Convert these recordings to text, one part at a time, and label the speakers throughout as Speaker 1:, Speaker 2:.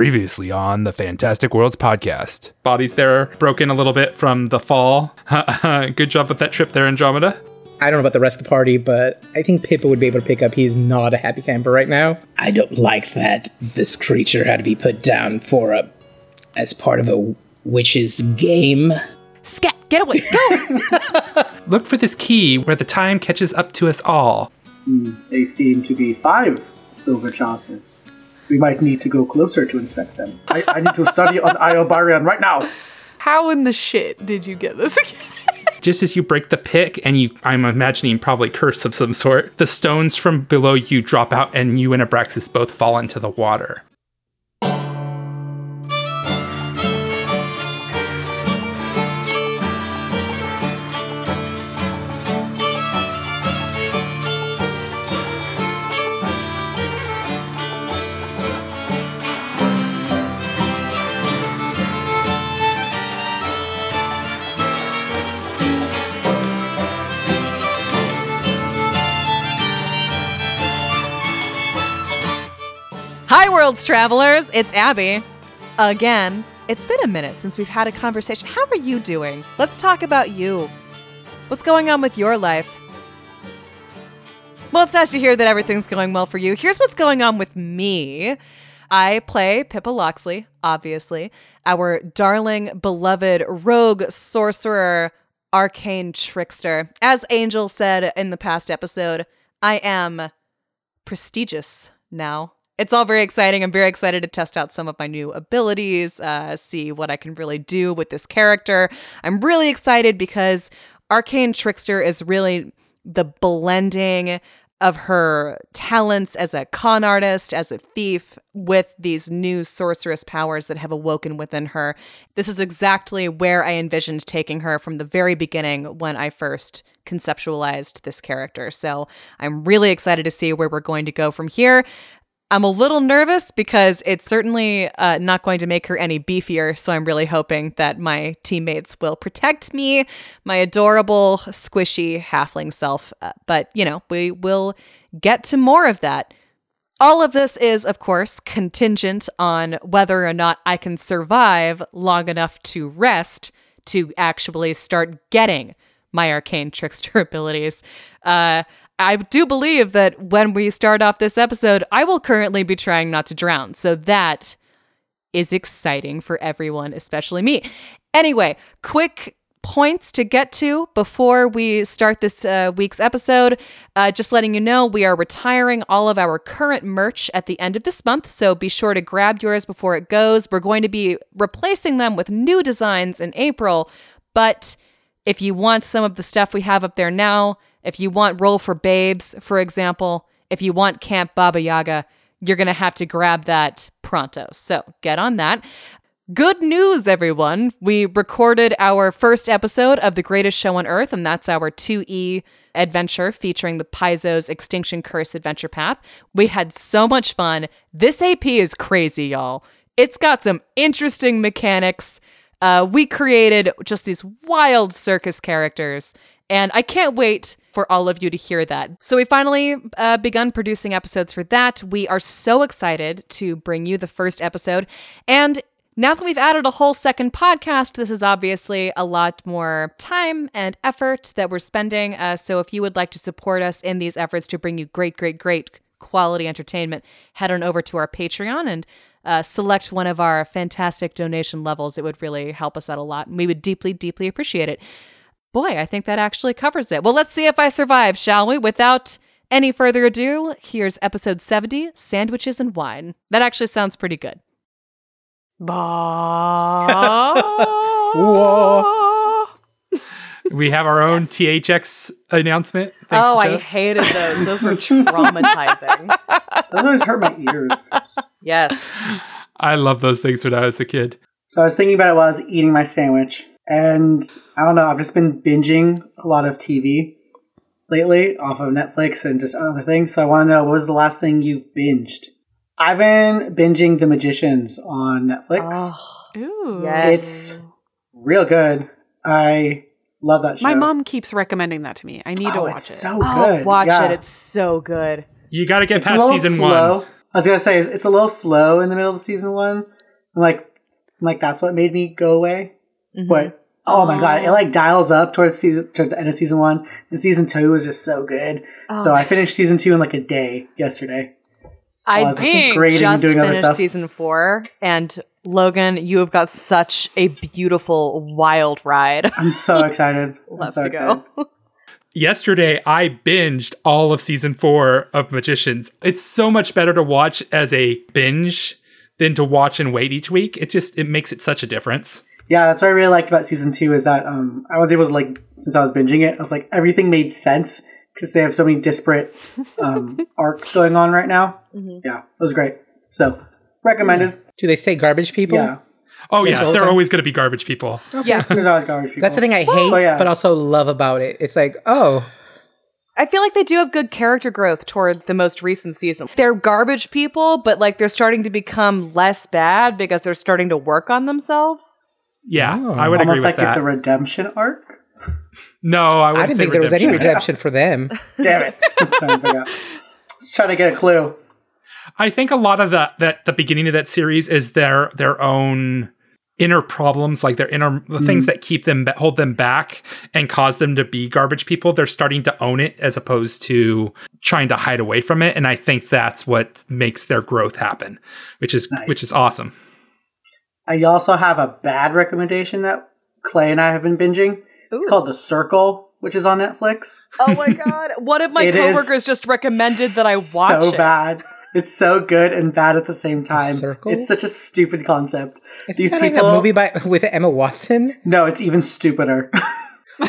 Speaker 1: Previously on the Fantastic Worlds podcast.
Speaker 2: Bodies there are broken a little bit from the fall. Good job with that trip there, Andromeda.
Speaker 3: I don't know about the rest of the party, but I think Pippa would be able to pick up he's not a happy camper right now.
Speaker 4: I don't like that this creature had to be put down for a as part of a witch's game.
Speaker 5: Scat, get away, go!
Speaker 2: Look for this key where the time catches up to us all.
Speaker 6: They seem to be five silver chances. We might need to go closer to inspect them. I, I need to study on Iobarion right now.
Speaker 7: How in the shit did you get this?
Speaker 2: Just as you break the pick, and you, I'm imagining probably curse of some sort, the stones from below you drop out, and you and Abraxas both fall into the water.
Speaker 5: Hi, worlds travelers. It's Abby. Again, it's been a minute since we've had a conversation. How are you doing? Let's talk about you. What's going on with your life? Well, it's nice to hear that everything's going well for you. Here's what's going on with me. I play Pippa Loxley, obviously, our darling, beloved rogue sorcerer, arcane trickster. As Angel said in the past episode, I am prestigious now. It's all very exciting. I'm very excited to test out some of my new abilities, uh, see what I can really do with this character. I'm really excited because Arcane Trickster is really the blending of her talents as a con artist, as a thief, with these new sorceress powers that have awoken within her. This is exactly where I envisioned taking her from the very beginning when I first conceptualized this character. So I'm really excited to see where we're going to go from here. I'm a little nervous because it's certainly uh, not going to make her any beefier. So I'm really hoping that my teammates will protect me, my adorable, squishy halfling self. Uh, but, you know, we will get to more of that. All of this is, of course, contingent on whether or not I can survive long enough to rest to actually start getting my arcane trickster abilities. Uh, I do believe that when we start off this episode, I will currently be trying not to drown. So that is exciting for everyone, especially me. Anyway, quick points to get to before we start this uh, week's episode. Uh, just letting you know, we are retiring all of our current merch at the end of this month, so be sure to grab yours before it goes. We're going to be replacing them with new designs in April, but if you want some of the stuff we have up there now, if you want Roll for Babes, for example, if you want Camp Baba Yaga, you're going to have to grab that pronto. So get on that. Good news, everyone. We recorded our first episode of The Greatest Show on Earth, and that's our 2E adventure featuring the Paizo's Extinction Curse adventure path. We had so much fun. This AP is crazy, y'all. It's got some interesting mechanics. Uh, we created just these wild circus characters, and I can't wait for all of you to hear that. So we finally uh, begun producing episodes for that. We are so excited to bring you the first episode, and now that we've added a whole second podcast, this is obviously a lot more time and effort that we're spending. Uh, so if you would like to support us in these efforts to bring you great, great, great quality entertainment, head on over to our Patreon and uh, select one of our fantastic donation levels. It would really help us out a lot. And we would deeply, deeply appreciate it. Boy, I think that actually covers it. Well, let's see if I survive, shall we? Without any further ado, here's episode 70 Sandwiches and Wine. That actually sounds pretty good.
Speaker 7: Bah.
Speaker 2: We have our own THX announcement. thanks
Speaker 8: Oh,
Speaker 2: to
Speaker 8: I
Speaker 2: Jess.
Speaker 8: hated those. Those were traumatizing.
Speaker 6: That always hurt my ears.
Speaker 8: yes.
Speaker 2: I love those things when I was a kid.
Speaker 6: So I was thinking about it while I was eating my sandwich, and I don't know. I've just been binging a lot of TV lately off of Netflix and just other things. So I want to know what was the last thing you binged? I've been binging The Magicians on Netflix.
Speaker 7: Ooh.
Speaker 8: Oh, Yes.
Speaker 6: It's real good. I love that show.
Speaker 7: My mom keeps recommending that to me. I need to
Speaker 6: Oh,
Speaker 7: watch
Speaker 6: it's
Speaker 7: it.
Speaker 6: so good.
Speaker 8: watch
Speaker 6: Yeah.
Speaker 8: it. It's so good.
Speaker 2: You got to get
Speaker 6: It's a
Speaker 2: past
Speaker 6: little
Speaker 2: season
Speaker 6: slow.
Speaker 2: one.
Speaker 6: I was gonna say it's- it's a little slow in the middle of season one. And like, I'm like that's what made me go away. But oh my god, it like dials up towards season towards the end of season one. And season two was just so good. So I finished season two in like a day yesterday.
Speaker 5: I
Speaker 6: was
Speaker 5: did
Speaker 6: grading,
Speaker 5: just
Speaker 6: doing other
Speaker 5: finished
Speaker 6: stuff.
Speaker 5: season four, and Logan, you have got such a beautiful wild ride.
Speaker 6: I'm so excited. I'm
Speaker 8: Love
Speaker 6: so
Speaker 8: to
Speaker 6: excited.
Speaker 8: go.
Speaker 2: Yesterday, I binged all of season four of Magicians. It's so much better to watch as a binge than to watch and wait each week. It just it makes it such a difference.
Speaker 6: Yeah, that's what I really liked about season two is that um, I was able to like since I was binging it, I was like everything made sense because they have so many disparate um, arcs going on right now. Yeah, it was great. So recommended.
Speaker 3: Do they say garbage people?
Speaker 6: Yeah,
Speaker 2: Oh
Speaker 3: Yes, all
Speaker 2: yeah,
Speaker 3: the
Speaker 2: they're
Speaker 3: time.
Speaker 2: always going to be garbage people.
Speaker 5: yeah.
Speaker 6: Good on garbage people.
Speaker 3: That's the thing I hate,
Speaker 6: Oh, yeah.
Speaker 3: but also love about it. It's like, oh,
Speaker 5: I feel like they do have good character growth toward the most recent season. They're garbage people, but like they're starting to become less bad because they're starting to work on themselves.
Speaker 2: Yeah,
Speaker 3: Oh.
Speaker 2: I would agree
Speaker 6: Almost
Speaker 2: with
Speaker 6: like
Speaker 2: that.
Speaker 6: it's a redemption arc.
Speaker 2: no, I
Speaker 3: I
Speaker 2: wouldn't
Speaker 3: didn't
Speaker 2: say
Speaker 3: think there was any
Speaker 2: redemption.
Speaker 3: redemption for them.
Speaker 6: Damn it! Let's try to figure out. Let's try to get a clue.
Speaker 2: I think a lot of the that the beginning of that series is their their own inner problems, like their inner the things that keep them ba- hold them back and cause them to be garbage people. They're starting to own it as opposed to trying to hide away from it, and I think that's what makes their growth happen, which is
Speaker 6: Nice.
Speaker 2: which is awesome.
Speaker 6: I also have a bad recommendation that Clay and I have been binging. It's called The Circle, which is on Netflix.
Speaker 5: Oh my god! One of my
Speaker 6: It is
Speaker 5: coworkers just recommended that I watch
Speaker 6: so
Speaker 5: it.
Speaker 6: bad. It's so good and bad at the same time.
Speaker 3: Circle?
Speaker 6: It's such a stupid concept.
Speaker 3: Isn't that like a movie by with Emma Watson?
Speaker 6: No, it's even stupider.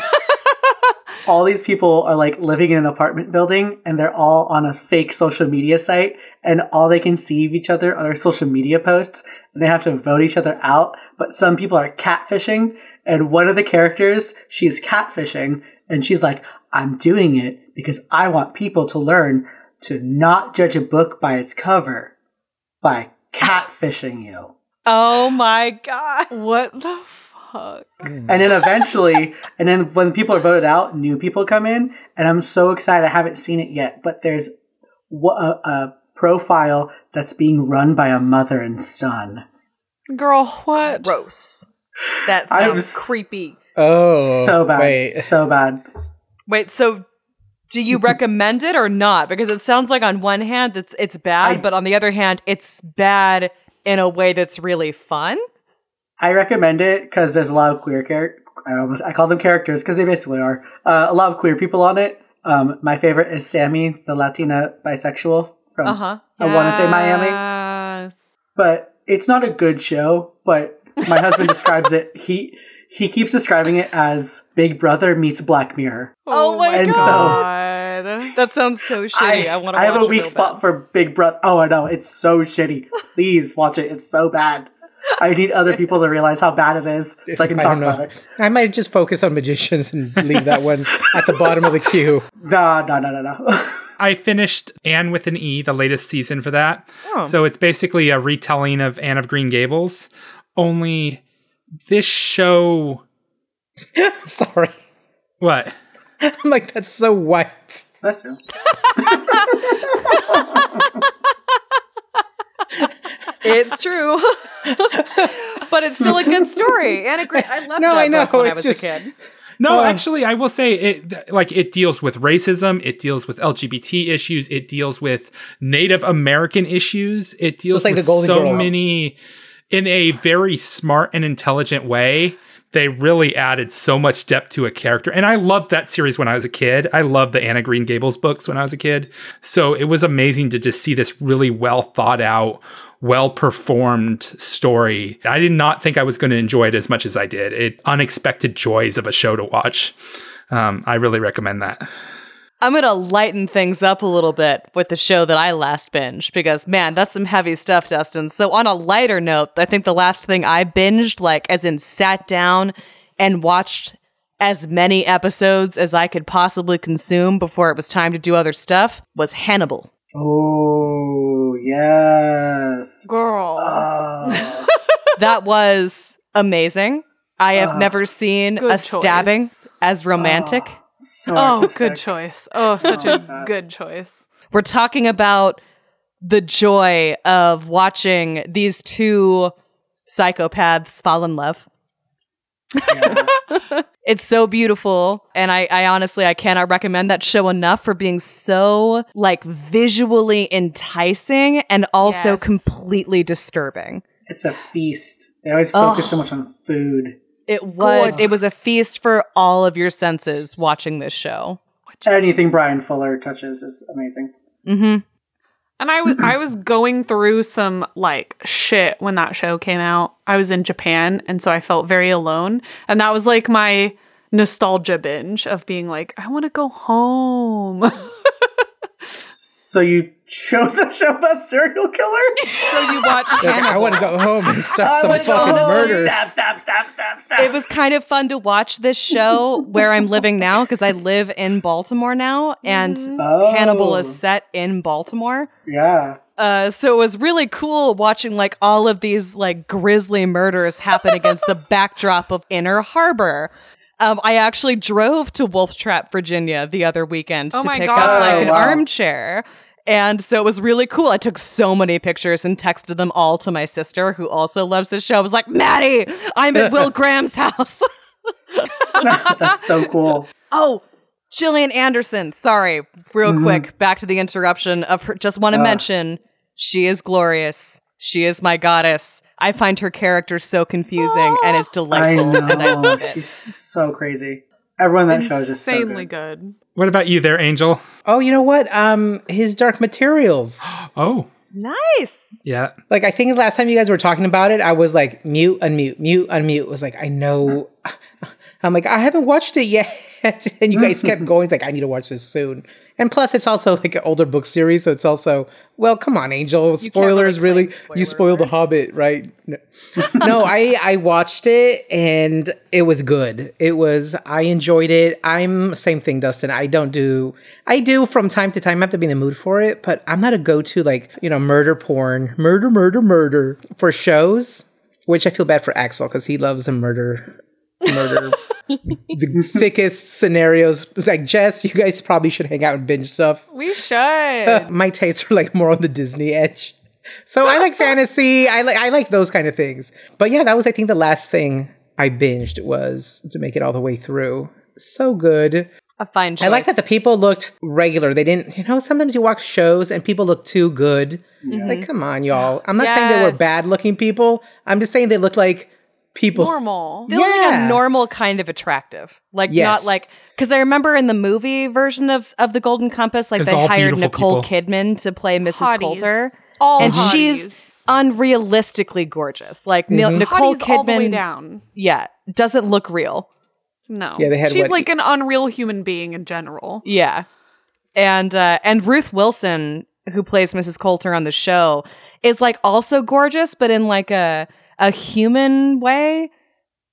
Speaker 6: all these people are like living in an apartment building and they're all on a fake social media site and all they can see of each other are their social media posts and they have to vote each other out. But some people are catfishing and one of the characters, she's catfishing and she's like, I'm doing it because I want people to learn to not judge a book by its cover by catfishing you.
Speaker 5: Oh my god!
Speaker 7: What the fuck?
Speaker 6: And then eventually, and then when people are voted out, new people come in. And I'm so excited. I haven't seen it yet, but there's wha- a, a profile that's being run by a mother and son.
Speaker 7: Girl, what?
Speaker 5: Gross. That
Speaker 6: I'm
Speaker 5: sounds
Speaker 6: s-
Speaker 5: creepy.
Speaker 3: Oh,
Speaker 6: so bad.
Speaker 3: Wait.
Speaker 6: So bad.
Speaker 5: Wait, so do you recommend it or not? Because it sounds like on one hand it's it's bad,
Speaker 6: I-
Speaker 5: but on the other hand it's bad in a way that's really fun.
Speaker 6: I recommend it because there's a lot of queer characters. I almost I call them characters because they basically are. Uh, a lot of queer people on it. Um, my favorite is Sammy, the Latina bisexual from
Speaker 5: Uh huh.
Speaker 6: I want to say Miami.
Speaker 7: Yes.
Speaker 6: but it's not a good show. But my husband describes it. He he keeps describing it as Big Brother meets Black Mirror.
Speaker 5: Oh my
Speaker 6: And so-
Speaker 7: god.
Speaker 5: That sounds so shitty. I, want to.
Speaker 6: I have a weak spot for Big Brother. Oh, I know it's so shitty. Please watch it. It's so bad. I need other people to realize how bad it is, so I can
Speaker 3: I
Speaker 6: talk
Speaker 3: don't
Speaker 6: about
Speaker 3: know.
Speaker 6: it.
Speaker 3: I might just focus on magicians and leave that one at the bottom of the queue.
Speaker 6: No, no, no, no, no.
Speaker 2: I finished Anne with an E, the latest season for that. So it's basically a retelling of Anne of Green Gables, only this show.
Speaker 3: Sorry,
Speaker 2: What?
Speaker 3: I'm like that's so white.
Speaker 6: That's it.
Speaker 5: It's true, but it's still a good story. And a great. I loved
Speaker 3: No,
Speaker 5: that
Speaker 3: I know,
Speaker 5: book when I
Speaker 3: it's
Speaker 5: was
Speaker 3: just-
Speaker 5: a kid.
Speaker 2: No,
Speaker 3: Um,
Speaker 2: actually, I will say it th- like it deals with racism, it deals with LGBT issues, it deals with Native American issues, it deals
Speaker 3: like the
Speaker 2: with
Speaker 3: Golden
Speaker 2: so
Speaker 3: Girls.
Speaker 2: many in a very smart and intelligent way. They really added so much depth to a character. And I loved that series when I was a kid. I loved the Anna Green Gables books when I was a kid. So it was amazing to just see this really well thought out, well performed story. I did not think I was going to enjoy it as much as I did. It unexpected joys of a show to watch. Um, I really recommend that.
Speaker 5: I'm gonna lighten things up a little bit with the show that I last binged because man, that's some heavy stuff, Dustin. So on a lighter note, I think the last thing I binged, like as in sat down and watched as many episodes as I could possibly consume before it was time to do other stuff, was Hannibal.
Speaker 6: Oh yes.
Speaker 7: Girl.
Speaker 6: Oh.
Speaker 5: that was amazing. I have
Speaker 6: Ah.
Speaker 5: never seen
Speaker 7: Good
Speaker 5: a stabbing
Speaker 7: choice.
Speaker 5: as romantic.
Speaker 6: so
Speaker 7: oh,
Speaker 6: artistic.
Speaker 7: good choice. Oh, such
Speaker 6: Oh,
Speaker 7: a
Speaker 6: God.
Speaker 7: good choice.
Speaker 5: We're talking about the joy of watching these two psychopaths fall in love.
Speaker 6: Yeah.
Speaker 5: It's so beautiful. And I, I honestly, I cannot recommend that show enough for being so like visually enticing and also
Speaker 7: Yes.
Speaker 5: completely disturbing.
Speaker 6: it's a feast. They always focus so
Speaker 5: Oh.
Speaker 6: much on food.
Speaker 5: It was, it was a feast for all of your senses watching this show.
Speaker 6: Anything Brian Fuller touches is amazing.
Speaker 5: Mm-hmm.
Speaker 7: And I was I was going through some like shit when that show came out. I was in Japan and so I felt very alone. And that was like my nostalgia binge of being like, I want to go home.
Speaker 6: So you chose a show about serial killer?
Speaker 5: So you watch
Speaker 3: Like, I want to go home and stop some
Speaker 5: wanna go
Speaker 3: fucking
Speaker 5: home.
Speaker 3: murders.
Speaker 6: Stab, stab, stab, stab, stab.
Speaker 5: it was kind of fun to watch this show where I'm living now because I live in Baltimore now, and
Speaker 6: Oh.
Speaker 5: Hannibal is set in Baltimore.
Speaker 6: Yeah.
Speaker 5: Uh, so it was really cool watching like all of these like grisly murders happen against the backdrop of Inner Harbor. Um, I actually drove to Wolf Trap, Virginia, the other weekend
Speaker 7: Oh
Speaker 5: to
Speaker 7: my
Speaker 5: pick
Speaker 7: God.
Speaker 5: up like
Speaker 6: Oh,
Speaker 5: an
Speaker 6: wow.
Speaker 5: armchair. And so it was really cool. I took so many pictures and texted them all to my sister, who also loves this show. I was like, Maddie, I'm at Will Graham's house.
Speaker 6: That's so cool.
Speaker 5: Oh, Gillian Anderson. Sorry, real
Speaker 6: Mhm.
Speaker 5: quick, back to the interruption of her. Just want to
Speaker 6: Ah.
Speaker 5: mention she is glorious. She is my goddess. I find her character so confusing, and it's
Speaker 6: I
Speaker 5: delightful, and I
Speaker 6: know.
Speaker 5: love it.
Speaker 6: She's so crazy. Everyone on that show is just so
Speaker 7: Insanely
Speaker 6: good.
Speaker 7: good.
Speaker 2: What about you there, Angel?
Speaker 3: Oh, you know what? Um, his Dark Materials.
Speaker 2: Oh,
Speaker 5: Nice.
Speaker 2: yeah.
Speaker 3: Like I think the last time you guys were talking about it, I was like mute, unmute, mute, unmute. It was like I know. I'm like I haven't watched it yet, and you guys kept going. It's like I need to watch this soon. And plus, it's also like an older book series, so it's also well. Come on, Angel. Spoilers, really? you spoiled The Hobbit, right? No, No, I I watched it and it was good. It was I enjoyed it. I'm same thing, Dustin. I don't do I do from time to time. I have to be in the mood for it, but I'm not a go to like you know murder porn, murder, murder, murder for shows. Which I feel bad for Axel because he loves a murder murder the sickest scenarios. Like Jess, you guys probably should hang out and binge stuff.
Speaker 7: We should.
Speaker 3: Uh, My tastes are like more on the Disney edge. So I like fantasy. I like I like those kind of things. But yeah, that was I think the last thing I binged was to make it all the way through. So good.
Speaker 5: A fine choice.
Speaker 3: I like that the people looked regular. They didn't, you know, sometimes you watch shows and people look too good. Like, come on, y'all. I'm not saying they were
Speaker 7: Mm-hmm. Yes.
Speaker 3: bad looking people. I'm just saying they looked like people.
Speaker 7: Normal.
Speaker 5: They look like
Speaker 3: Yeah.
Speaker 5: a normal kind of attractive, like
Speaker 3: Yes.
Speaker 5: not like because I remember in the movie version of of the Golden Compass, like
Speaker 2: It's
Speaker 5: they
Speaker 2: all
Speaker 5: hired
Speaker 2: beautiful
Speaker 5: Nicole Kidman to play Mrs.
Speaker 7: Hotties.
Speaker 5: Coulter,
Speaker 7: All
Speaker 5: and
Speaker 7: hotties.
Speaker 5: she's unrealistically gorgeous. Like Ni- Nicole
Speaker 7: Hotties
Speaker 5: Kidman,
Speaker 7: all the way down.
Speaker 5: yeah, doesn't look real.
Speaker 7: No.
Speaker 3: Yeah, they had
Speaker 7: she's
Speaker 3: what-
Speaker 7: like an unreal human being in general.
Speaker 5: Yeah. And uh and Ruth Wilson, who plays Mrs. Coulter on the show, is like also gorgeous, but in like a a human way.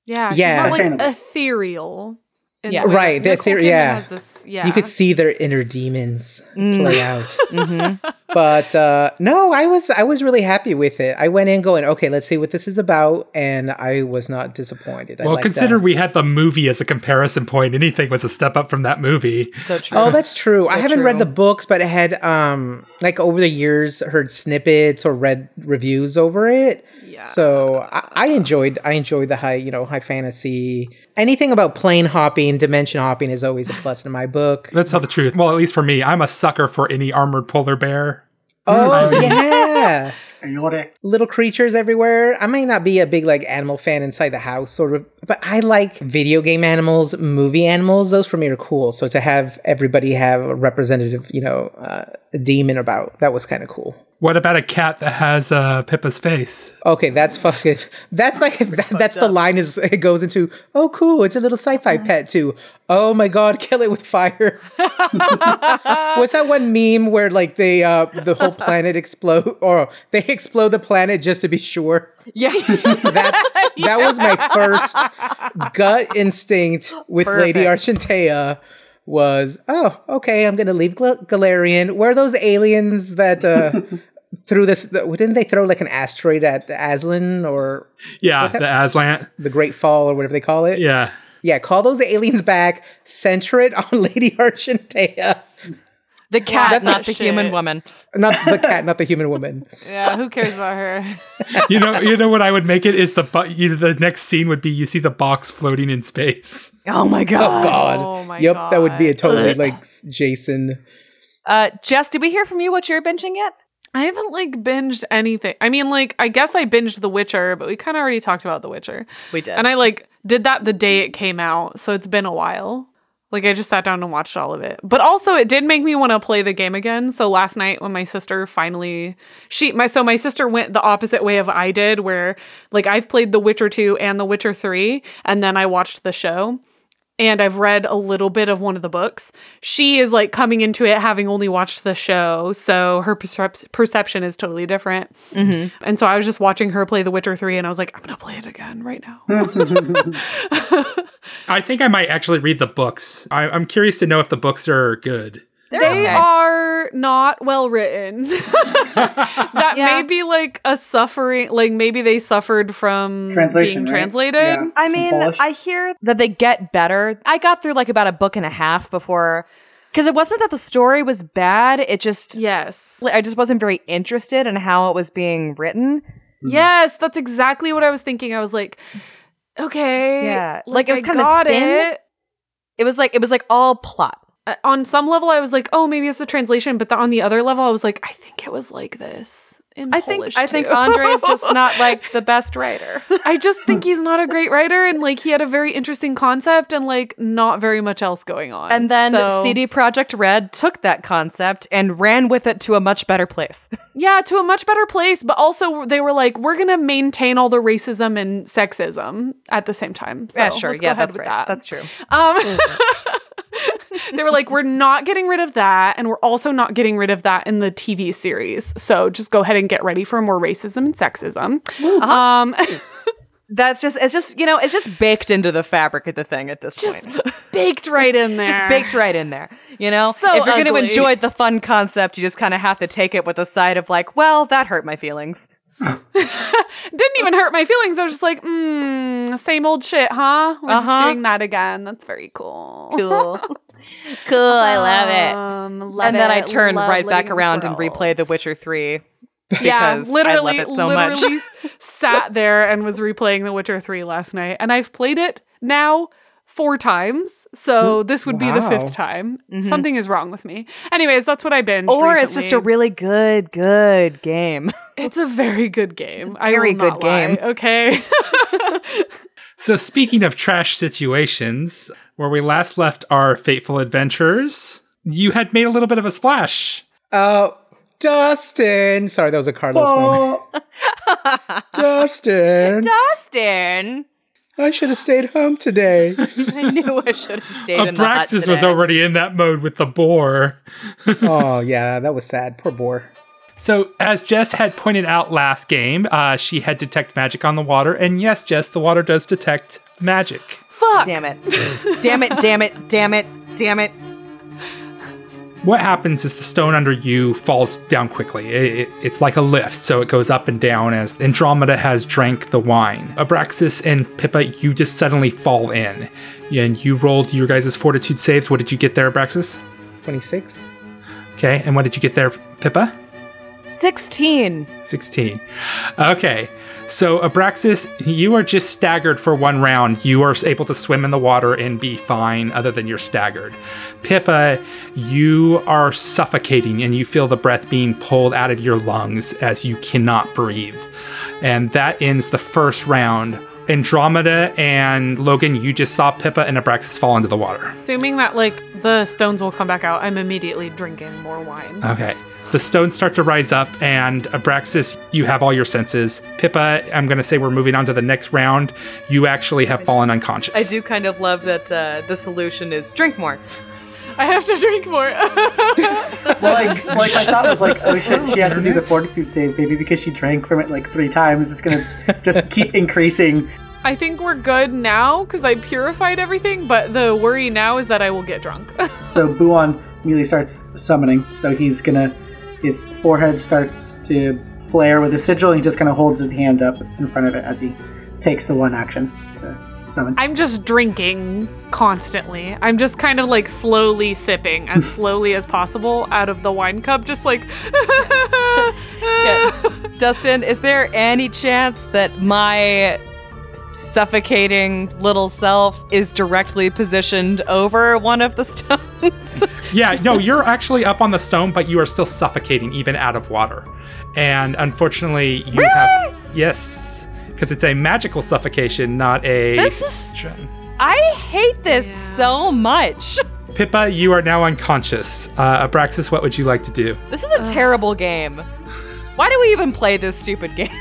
Speaker 7: Yeah.
Speaker 3: Yeah.
Speaker 7: She's not like
Speaker 6: Attainable.
Speaker 7: ethereal. in
Speaker 5: Yeah.
Speaker 7: the way
Speaker 3: Right,
Speaker 7: that
Speaker 3: the
Speaker 7: Nicole
Speaker 3: ether-
Speaker 7: Kidman
Speaker 3: yeah.
Speaker 7: has this- yeah.
Speaker 3: You could see their inner demons
Speaker 5: Mm.
Speaker 3: play out.
Speaker 5: Mhm.
Speaker 3: but uh, no, I was I was really happy with it. I went in going, okay, let's see what this is about, and I was not disappointed. I
Speaker 2: Well,
Speaker 3: liked
Speaker 2: consider
Speaker 3: that.
Speaker 2: we had the movie as a comparison point. Anything was a step up from that movie.
Speaker 5: so true.
Speaker 3: Oh, that's true. I
Speaker 5: So
Speaker 3: haven't read
Speaker 5: true.
Speaker 3: the books, but I had um like over the years heard snippets or read reviews over it.
Speaker 7: Yeah.
Speaker 3: So I, I enjoyed I enjoyed the high you know high fantasy. Anything about plane hopping, dimension hopping is always a plus in my book.
Speaker 2: Let's tell the truth. Well, at least for me, I'm a sucker for any armored polar bear.
Speaker 3: Oh yeah.
Speaker 6: Aortic.
Speaker 3: little creatures everywhere. I may not be a big like animal fan inside the house, sort of, but I like video game animals, movie animals. Those for me are cool. So to have everybody have a representative, you know, uh, demon about that was kind of cool.
Speaker 2: What about a cat that has uh, Pippa's face?
Speaker 3: Okay, that's fucking. That's like that, that's the line is it goes into. Oh, cool! It's a little sci-fi pet too. Oh my god, kill it with fire! What's that one meme where like they uh the whole planet explode or they explode the planet just to be sure?
Speaker 5: yeah.
Speaker 3: That's that was my first gut instinct with Lady Argentea was oh okay I'm gonna leave Gal- Galarian. Where are those aliens that uh, threw this? th- didn't they throw like an asteroid at Aslan or
Speaker 2: Yeah, the Aslan.
Speaker 3: the Great Fall or whatever they call it?
Speaker 2: Yeah.
Speaker 3: Yeah, call those aliens back. Center it on Lady Argentea.
Speaker 5: The cat,
Speaker 7: That's
Speaker 5: not the
Speaker 7: shit.
Speaker 5: human woman.
Speaker 3: Not the cat, not the human woman.
Speaker 7: Yeah, who cares about her?
Speaker 2: You know, you know what I would make it is the bu- you, the next scene would be you see the box floating in space.
Speaker 5: Oh my
Speaker 3: Oh
Speaker 5: god.
Speaker 3: God.
Speaker 7: Oh my
Speaker 3: yep, that would be a
Speaker 7: God.
Speaker 3: totally like s- Jason.
Speaker 5: Uh, Jess, did we hear from you what you're binging yet?
Speaker 7: I haven't like binged anything. I mean, like I guess I binged The Witcher, but we kind of already talked about The Witcher.
Speaker 8: We did.
Speaker 7: And I like did that the day it came out, so it's been a while. Like I just sat down and watched all of it. But also it did make me want to play the game again. So last night when my sister finally she my so my sister went the opposite way of I did where like I've played The Witcher 2 and The Witcher 3 and then I watched the show and I've read a little bit of one of the books. She is like coming into it having only watched the show, so her percep- perception is totally different.
Speaker 5: Mm-hmm.
Speaker 7: And so I was just watching her play The Witcher 3 and I was like, I'm going to play it again right now.
Speaker 2: I think I might actually read the books. I, I'm curious to know if the books are good.
Speaker 5: They're
Speaker 7: They
Speaker 5: okay.
Speaker 7: are not well written. that
Speaker 5: Yeah.
Speaker 7: may be like a suffering, like maybe they suffered from
Speaker 6: Translation,
Speaker 7: being
Speaker 6: right?
Speaker 7: translated.
Speaker 6: Yeah.
Speaker 5: I mean,
Speaker 6: Polish.
Speaker 5: I hear that they get better. I got through like about a book and a half before, because it wasn't that the story was bad. It just,
Speaker 7: Yes.
Speaker 5: I just wasn't very interested in how it was being written.
Speaker 6: Mm-hmm.
Speaker 7: Yes, that's exactly what I was thinking. I was like, okay.
Speaker 5: Yeah, like, it was
Speaker 7: I
Speaker 5: kinda
Speaker 7: got
Speaker 5: thin.
Speaker 7: it.
Speaker 5: It was like it was like all plot.
Speaker 7: Uh, On some level, I was like, oh, maybe it's the translation. But the, on the other level, I was like, I think it was like this. In
Speaker 5: I think
Speaker 7: Polish
Speaker 5: I think
Speaker 7: too.
Speaker 5: Andre is just not like the best writer.
Speaker 7: I just think he's not a great writer, and like he had a very interesting concept, and like not very much else going on.
Speaker 5: And then
Speaker 7: So-
Speaker 5: CD Project Red took that concept and ran with it to a much better place.
Speaker 7: yeah, to a much better place. But also, they were like, we're gonna maintain all the racism and sexism at the same time. So
Speaker 5: yeah, sure.
Speaker 7: let's go
Speaker 5: Yeah,
Speaker 7: ahead
Speaker 5: that's
Speaker 7: with
Speaker 5: right.
Speaker 7: that.
Speaker 5: That's true.
Speaker 7: Um, they were like, we're not getting rid of that, and we're also not getting rid of that in the TV series. So just go ahead and get ready for more racism and sexism. Um,
Speaker 5: That's just it's just you know it's just baked into the fabric of the thing at this point.
Speaker 7: just baked right in there.
Speaker 5: just baked right in there. You know,
Speaker 7: So
Speaker 5: if you're going to
Speaker 7: ugly.
Speaker 5: enjoy the fun concept, you just kind of have to take it with a side of like, well, that hurt my feelings.
Speaker 7: didn't even hurt my feelings. I was just like, mm, same old shit, huh? We're just
Speaker 5: Uh-huh.
Speaker 7: doing that again. That's very cool.
Speaker 5: Cool, cool. I love it.
Speaker 7: Um, love
Speaker 5: And then I
Speaker 7: it.
Speaker 5: turned
Speaker 7: Love
Speaker 5: right back
Speaker 7: living this
Speaker 5: around and
Speaker 7: world.
Speaker 5: replayed The Witcher Three.
Speaker 7: yeah,
Speaker 5: because I
Speaker 7: literally,
Speaker 5: love it so much.
Speaker 7: literally sat there and was replaying The Witcher 3 last night. And I've played it now four times. So this would be the
Speaker 3: wow.
Speaker 7: fifth time.
Speaker 5: Mhm.
Speaker 7: Something is wrong with me. Anyways, that's what I binged.
Speaker 5: Or it's just a
Speaker 7: recently.
Speaker 5: really good, good game.
Speaker 7: It's a very good game. I
Speaker 5: very
Speaker 7: will not
Speaker 5: good game.
Speaker 7: lie, Okay.
Speaker 2: So speaking of trash situations, where we last left our fateful adventurers, you had made a little bit of a splash.
Speaker 3: Uh, Dustin. Sorry, that was a Carlos moment.
Speaker 6: Oh,
Speaker 3: Dustin,
Speaker 5: Dustin,
Speaker 3: I should have stayed home today.
Speaker 5: I knew I should have stayed in the hut
Speaker 2: Abraxas Oh, was
Speaker 5: today.
Speaker 2: already in that mode with the boar.
Speaker 3: oh yeah, that was sad. Poor boar.
Speaker 2: So, as Jess had pointed out last game, uh, she had detect magic on the water, and yes, Jess, the water does detect magic.
Speaker 7: Fuck.
Speaker 5: Damn it! damn it! Damn it! Damn it! Damn it!
Speaker 2: What happens is the stone under you falls down quickly. It- it- it's like a lift, so it goes up and down as Andromeda has drank the wine. Abraxas and Pippa, you just suddenly fall in, and you rolled your guys' fortitude saves. What did you get there, Abraxas?
Speaker 3: Twenty six.
Speaker 2: Okay, and what did you get there, Pippa?
Speaker 5: Sixteen.
Speaker 2: 16. Okay. So, Abraxas, you are just staggered for one round. You are able to swim in the water and be fine, other than you're staggered. Pippa, you are suffocating and you feel the breath being pulled out of your lungs as you cannot breathe. And that ends the first round. Andromeda and Logan, you just saw Pippa and Abraxas fall into the water.
Speaker 7: Assuming that like the stones will come back out, I'm immediately drinking more
Speaker 5: Uh.
Speaker 7: wine.
Speaker 2: Okay. The stones start to rise up, and Abraxas, you have all your senses. Pippa, I'm going to say we're moving on to the next round. You actually have fallen unconscious.
Speaker 5: I do kind of love that uh, the solution is drink more.
Speaker 7: I have to drink more.
Speaker 6: like, like I thought it was like, oh shit, she had to do the fortitude save, baby, because she drank from it like three times. It's gonna just keep increasing.
Speaker 7: I think we're good now because I purified everything, but the worry now is that I will get drunk.
Speaker 6: So Buon immediately starts summoning. So he's gonna, his forehead starts to flare with a sigil, and he just kind of holds his hand up in front of it as he takes the one action to Summon.
Speaker 7: I'm just drinking constantly. I'm just kind of like slowly sipping as slowly as possible out of the wine cup, just like.
Speaker 5: Dustin, is there any chance that my s- suffocating little self is directly positioned over one of the stones?
Speaker 2: Yeah, no, you're actually up on the stone, but you are still suffocating even out of water. And unfortunately, you have yes, because it's a magical suffocation, not a.
Speaker 5: This is- I hate this so much.
Speaker 2: Pippa, you are now unconscious. Uh, Abraxas, what would you like to do?
Speaker 5: This is a terrible game. Why do we even play this stupid game?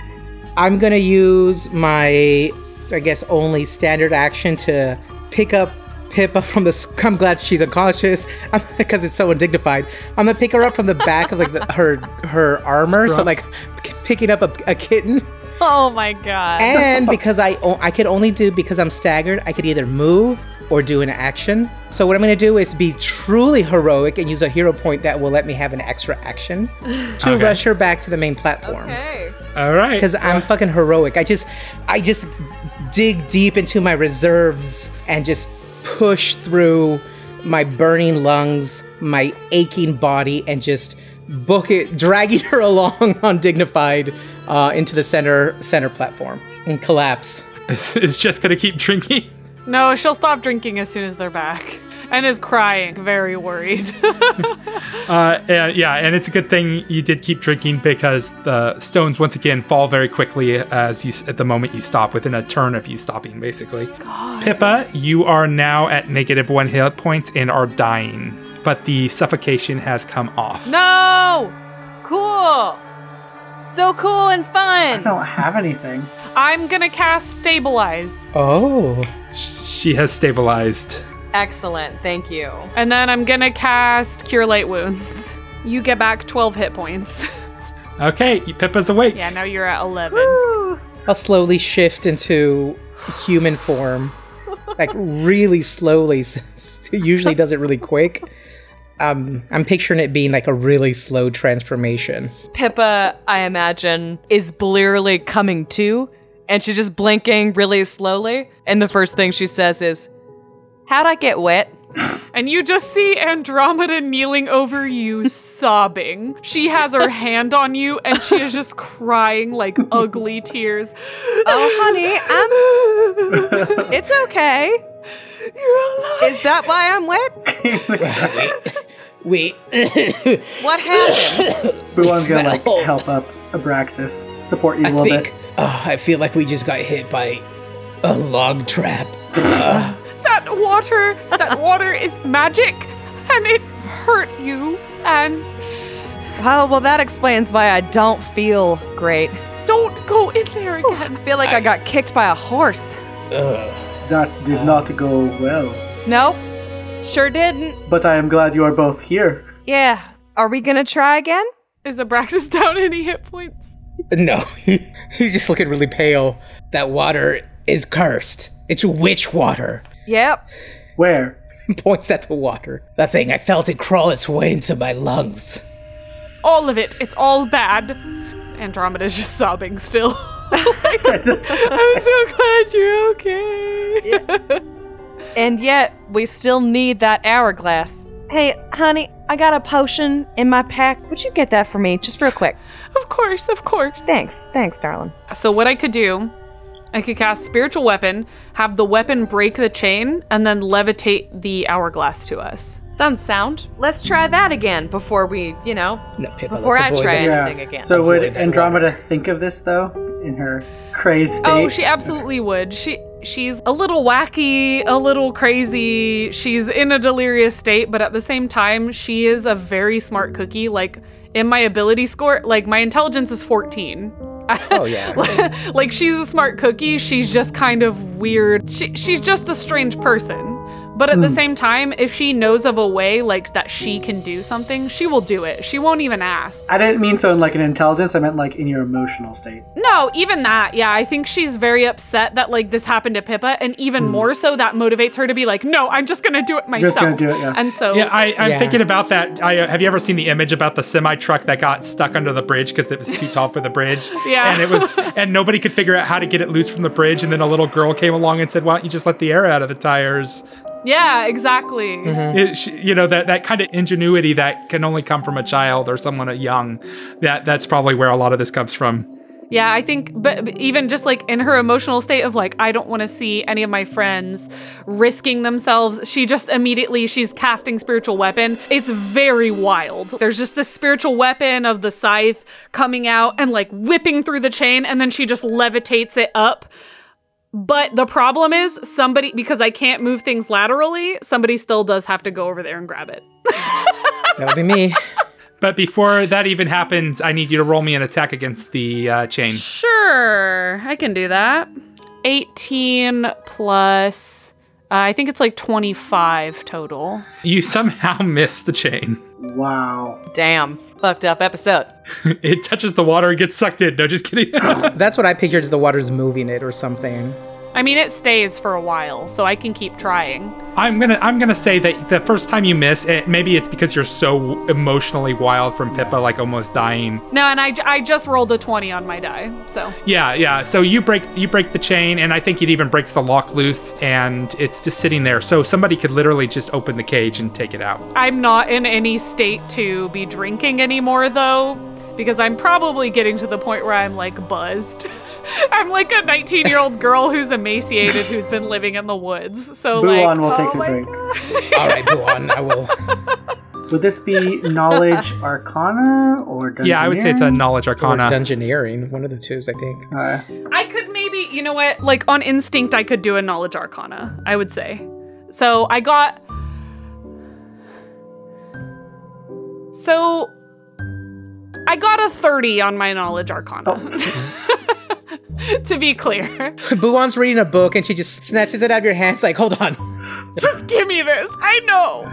Speaker 3: I'm gonna use my, I guess, only standard action to pick up Pippa from the. s- I'm glad she's unconscious because it's so undignified. I'm gonna pick her up from the back of like the, her her armor, so
Speaker 2: Scruff.
Speaker 3: like p- picking up a, a kitten.
Speaker 5: Oh my god.
Speaker 3: And because I o- I could only do because I'm staggered, I could either move or do an action. So what I'm gonna do is be truly heroic and use a hero point that will let me have an extra action to
Speaker 2: Okay.
Speaker 3: rush her back to the main platform
Speaker 5: okay.
Speaker 2: All right.
Speaker 3: because I'm fucking heroic. I just, I just dig deep into my reserves and just push through my burning lungs, my aching body, and just book it, dragging her along undignified uh, into the center center platform and collapse.
Speaker 2: Is just gonna keep drinking.
Speaker 7: no, she'll stop drinking as soon as they're back. And is crying, very worried.
Speaker 2: Uh, and, yeah, and it's a good thing you did keep drinking because the stones once again fall very quickly as you at the moment you stop, within a turn of you stopping, basically. Pippa, you are now at negative one hit points and are dying, but the suffocation has come off.
Speaker 7: no!
Speaker 5: Cool. So cool and
Speaker 6: I
Speaker 5: fun.
Speaker 6: don't have anything.
Speaker 7: I'm gonna cast Stabilize.
Speaker 3: Oh,
Speaker 2: She has stabilized.
Speaker 5: Excellent. Thank you.
Speaker 7: And then I'm gonna cast Cure Light Wounds. You get back 12 hit points.
Speaker 2: Okay, Pippa's awake.
Speaker 7: yeah, now you're at 11.
Speaker 3: I'll slowly shift into human form, like really slowly. since it usually does it really quick. Um, I'm picturing it being like a really slow transformation.
Speaker 5: Pippa, I imagine, is blearily coming to, and she's just blinking really slowly. And the first thing she says is, How'd I get wet?
Speaker 7: And you just see Andromeda kneeling over you, sobbing. She has her hand on you and she is just crying like ugly tears.
Speaker 5: Oh, honey, I'm. It's okay. Is that why I'm wet?
Speaker 4: Wait.
Speaker 5: What happened?
Speaker 6: Buon's gonna like
Speaker 4: Well.
Speaker 6: help up Abraxas, support you a
Speaker 4: I
Speaker 6: little
Speaker 4: think
Speaker 6: bit.
Speaker 4: uh, I feel like we just got hit by a log trap.
Speaker 7: That water, that water is magic and it hurt you. And
Speaker 5: oh, well, that explains why I don't feel great.
Speaker 7: don't go in there again.
Speaker 5: I feel like I, got kicked by a horse.
Speaker 3: Uh,
Speaker 4: Ugh.
Speaker 6: That
Speaker 4: Oh.
Speaker 6: did not go well.
Speaker 5: Nope. Sure didn't.
Speaker 6: But I am glad you are both here.
Speaker 5: Yeah. Are we going to try again?
Speaker 7: Is Abraxas down any hit points?
Speaker 3: No, he, he's just looking really pale.
Speaker 4: That water is cursed. It's witch water.
Speaker 5: Yep.
Speaker 6: Where?
Speaker 3: Points at the water.
Speaker 4: That thing, I felt it crawl its way into my lungs.
Speaker 7: All of it. It's all bad. Andromeda's just sobbing still.
Speaker 6: I just-
Speaker 7: I'm so glad you're okay.
Speaker 5: And yet, we still need that hourglass. Hey, honey, I got a potion in my pack. Would you get that for me, just real quick?
Speaker 7: Of course, of course.
Speaker 5: Thanks. Thanks, darling.
Speaker 7: So what I could do, I could cast spiritual weapon, have the weapon break the chain, and then levitate the hourglass to us.
Speaker 5: Sounds sound. Let's try that again before we, you know,
Speaker 4: No, Pippa,
Speaker 5: before I
Speaker 4: let's avoid
Speaker 5: try
Speaker 4: that.
Speaker 5: anything
Speaker 6: yeah.
Speaker 5: again.
Speaker 6: So
Speaker 4: Avoid
Speaker 6: would
Speaker 4: that
Speaker 6: Andromeda think of this though in her crazed state?
Speaker 7: Oh, she absolutely would. She she's a little wacky, a little crazy. She's in a delirious state, but at the same time, she is a very smart cookie. Like in my ability score, like my intelligence is 14.
Speaker 3: Oh, yeah.
Speaker 7: like she's a smart cookie. She's just kind of weird. She, she's just a strange person. But
Speaker 6: Hmm.
Speaker 7: at the same time, if she knows of a way like that she can do something, she will do it. She won't even ask.
Speaker 6: I didn't mean so in like an intelligence. I meant like in your emotional state.
Speaker 7: No, even that. Yeah, I think she's very upset that like this happened to Pippa and even more so that motivates her to be like, "No, I'm just going to do it myself."
Speaker 6: Hmm. just gonna do it, yeah.
Speaker 7: And so
Speaker 2: Yeah, I, I'm
Speaker 3: Yeah.
Speaker 2: thinking about that. I, uh, have you ever seen the image about the semi truck that got stuck under the bridge because it was too tall for the bridge?
Speaker 7: Yeah.
Speaker 2: and it was, and nobody could figure out how to get it loose from the bridge. And then a little girl came along and said, "Why don't you just let the air out of the tires?"
Speaker 7: yeah, exactly.
Speaker 6: Hmm.
Speaker 2: It, sh you know that that kind of ingenuity that can only come from a child or someone uh, young. That that's probably where a lot of this comes from.
Speaker 7: Yeah, I think, but but even just like in her emotional state of like, I don't want to see any of my friends risking themselves, she just immediately, she's casting spiritual weapon. It's very wild. There's just this spiritual weapon of the scythe coming out and like whipping through the chain, and then she just levitates it up. But the problem is, somebody, because I can't move things laterally, somebody still does have to go over there and grab it.
Speaker 3: That would be me.
Speaker 2: But before that even happens, I need you to roll me an attack against the uh, chain.
Speaker 7: Sure, I can do that. 18 plus, uh, I think it's like 25 total.
Speaker 2: You somehow miss the chain.
Speaker 6: Wow.
Speaker 8: Damn. Fucked up episode.
Speaker 2: It touches the water and gets sucked in. No, just kidding.
Speaker 3: That's what I pictured is the water's moving it or something.
Speaker 7: I mean, it stays for a while, so I can keep trying.
Speaker 2: I'm gonna I'm gonna say that the first time you miss it, maybe it's because you're so emotionally wild from Pippa, like almost dying.
Speaker 7: No, and I, I just rolled a 20 on my die, so.
Speaker 2: Yeah, yeah. So you break you break the chain, and I think it even breaks the lock loose, and it's just sitting there. So somebody could literally just open the cage and take it out.
Speaker 7: I'm not in any state to be drinking anymore, though, because I'm probably getting to the point where I'm like buzzed. I'm like a 19 year old girl who's emaciated who's been living in the woods. So, like,
Speaker 6: Buon will take
Speaker 8: oh
Speaker 6: the
Speaker 8: my
Speaker 6: drink.
Speaker 3: All right, go on. I will.
Speaker 6: Would this be knowledge arcana or dungeoneering?
Speaker 2: Yeah, I would say it's a knowledge
Speaker 3: Or
Speaker 2: arcana.
Speaker 3: dungeoneering, one of the twos, I think.
Speaker 6: Uh,
Speaker 7: I could maybe, you know what? Like on instinct, I could do a knowledge arcana, I would say. So I got. So I got a 30 on my knowledge arcana. to be clear.
Speaker 3: Buon's reading a book and she just snatches it out of your hands, like, hold on.
Speaker 7: Just give me this. I know.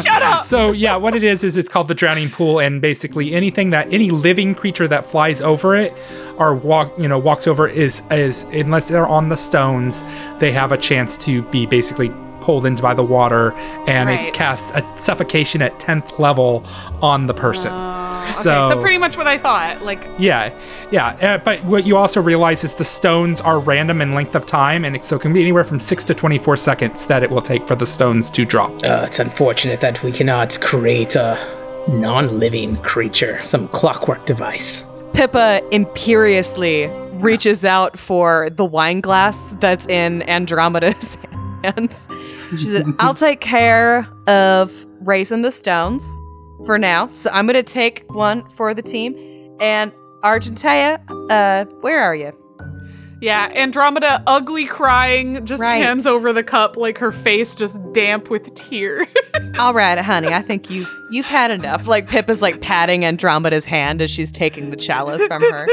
Speaker 7: Shut up.
Speaker 2: So yeah, what it is is it's called the drowning pool, and basically anything that any living creature that flies over it or walk you know walks over it is is unless they're on the stones, they have a chance to be basically pulled into by the water, and
Speaker 7: Right.
Speaker 2: it casts a suffocation at tenth level on the person.
Speaker 7: Oh. okay, so pretty much what I thought. Like,
Speaker 2: Yeah, yeah. Uh, but what you also realize is the stones are random in length of time, and it, so it can be anywhere from six to twenty-four seconds that it will take for the stones to drop.
Speaker 4: Uh, it's unfortunate that we cannot create a non living creature, some clockwork device.
Speaker 5: Pippa imperiously reaches out for the wine glass that's in Andromeda's hands. She said, I'll take care of raising the stones for now. So I'm going to take one for the team. And Argentea, uh, where are you?
Speaker 7: yeah, Andromeda ugly crying, just
Speaker 5: Right.
Speaker 7: hands over the cup, like her face just damp with tears.
Speaker 5: All right, honey. I think you've you've had enough. Like Pippa's like patting Andromeda's hand as she's taking the chalice from her.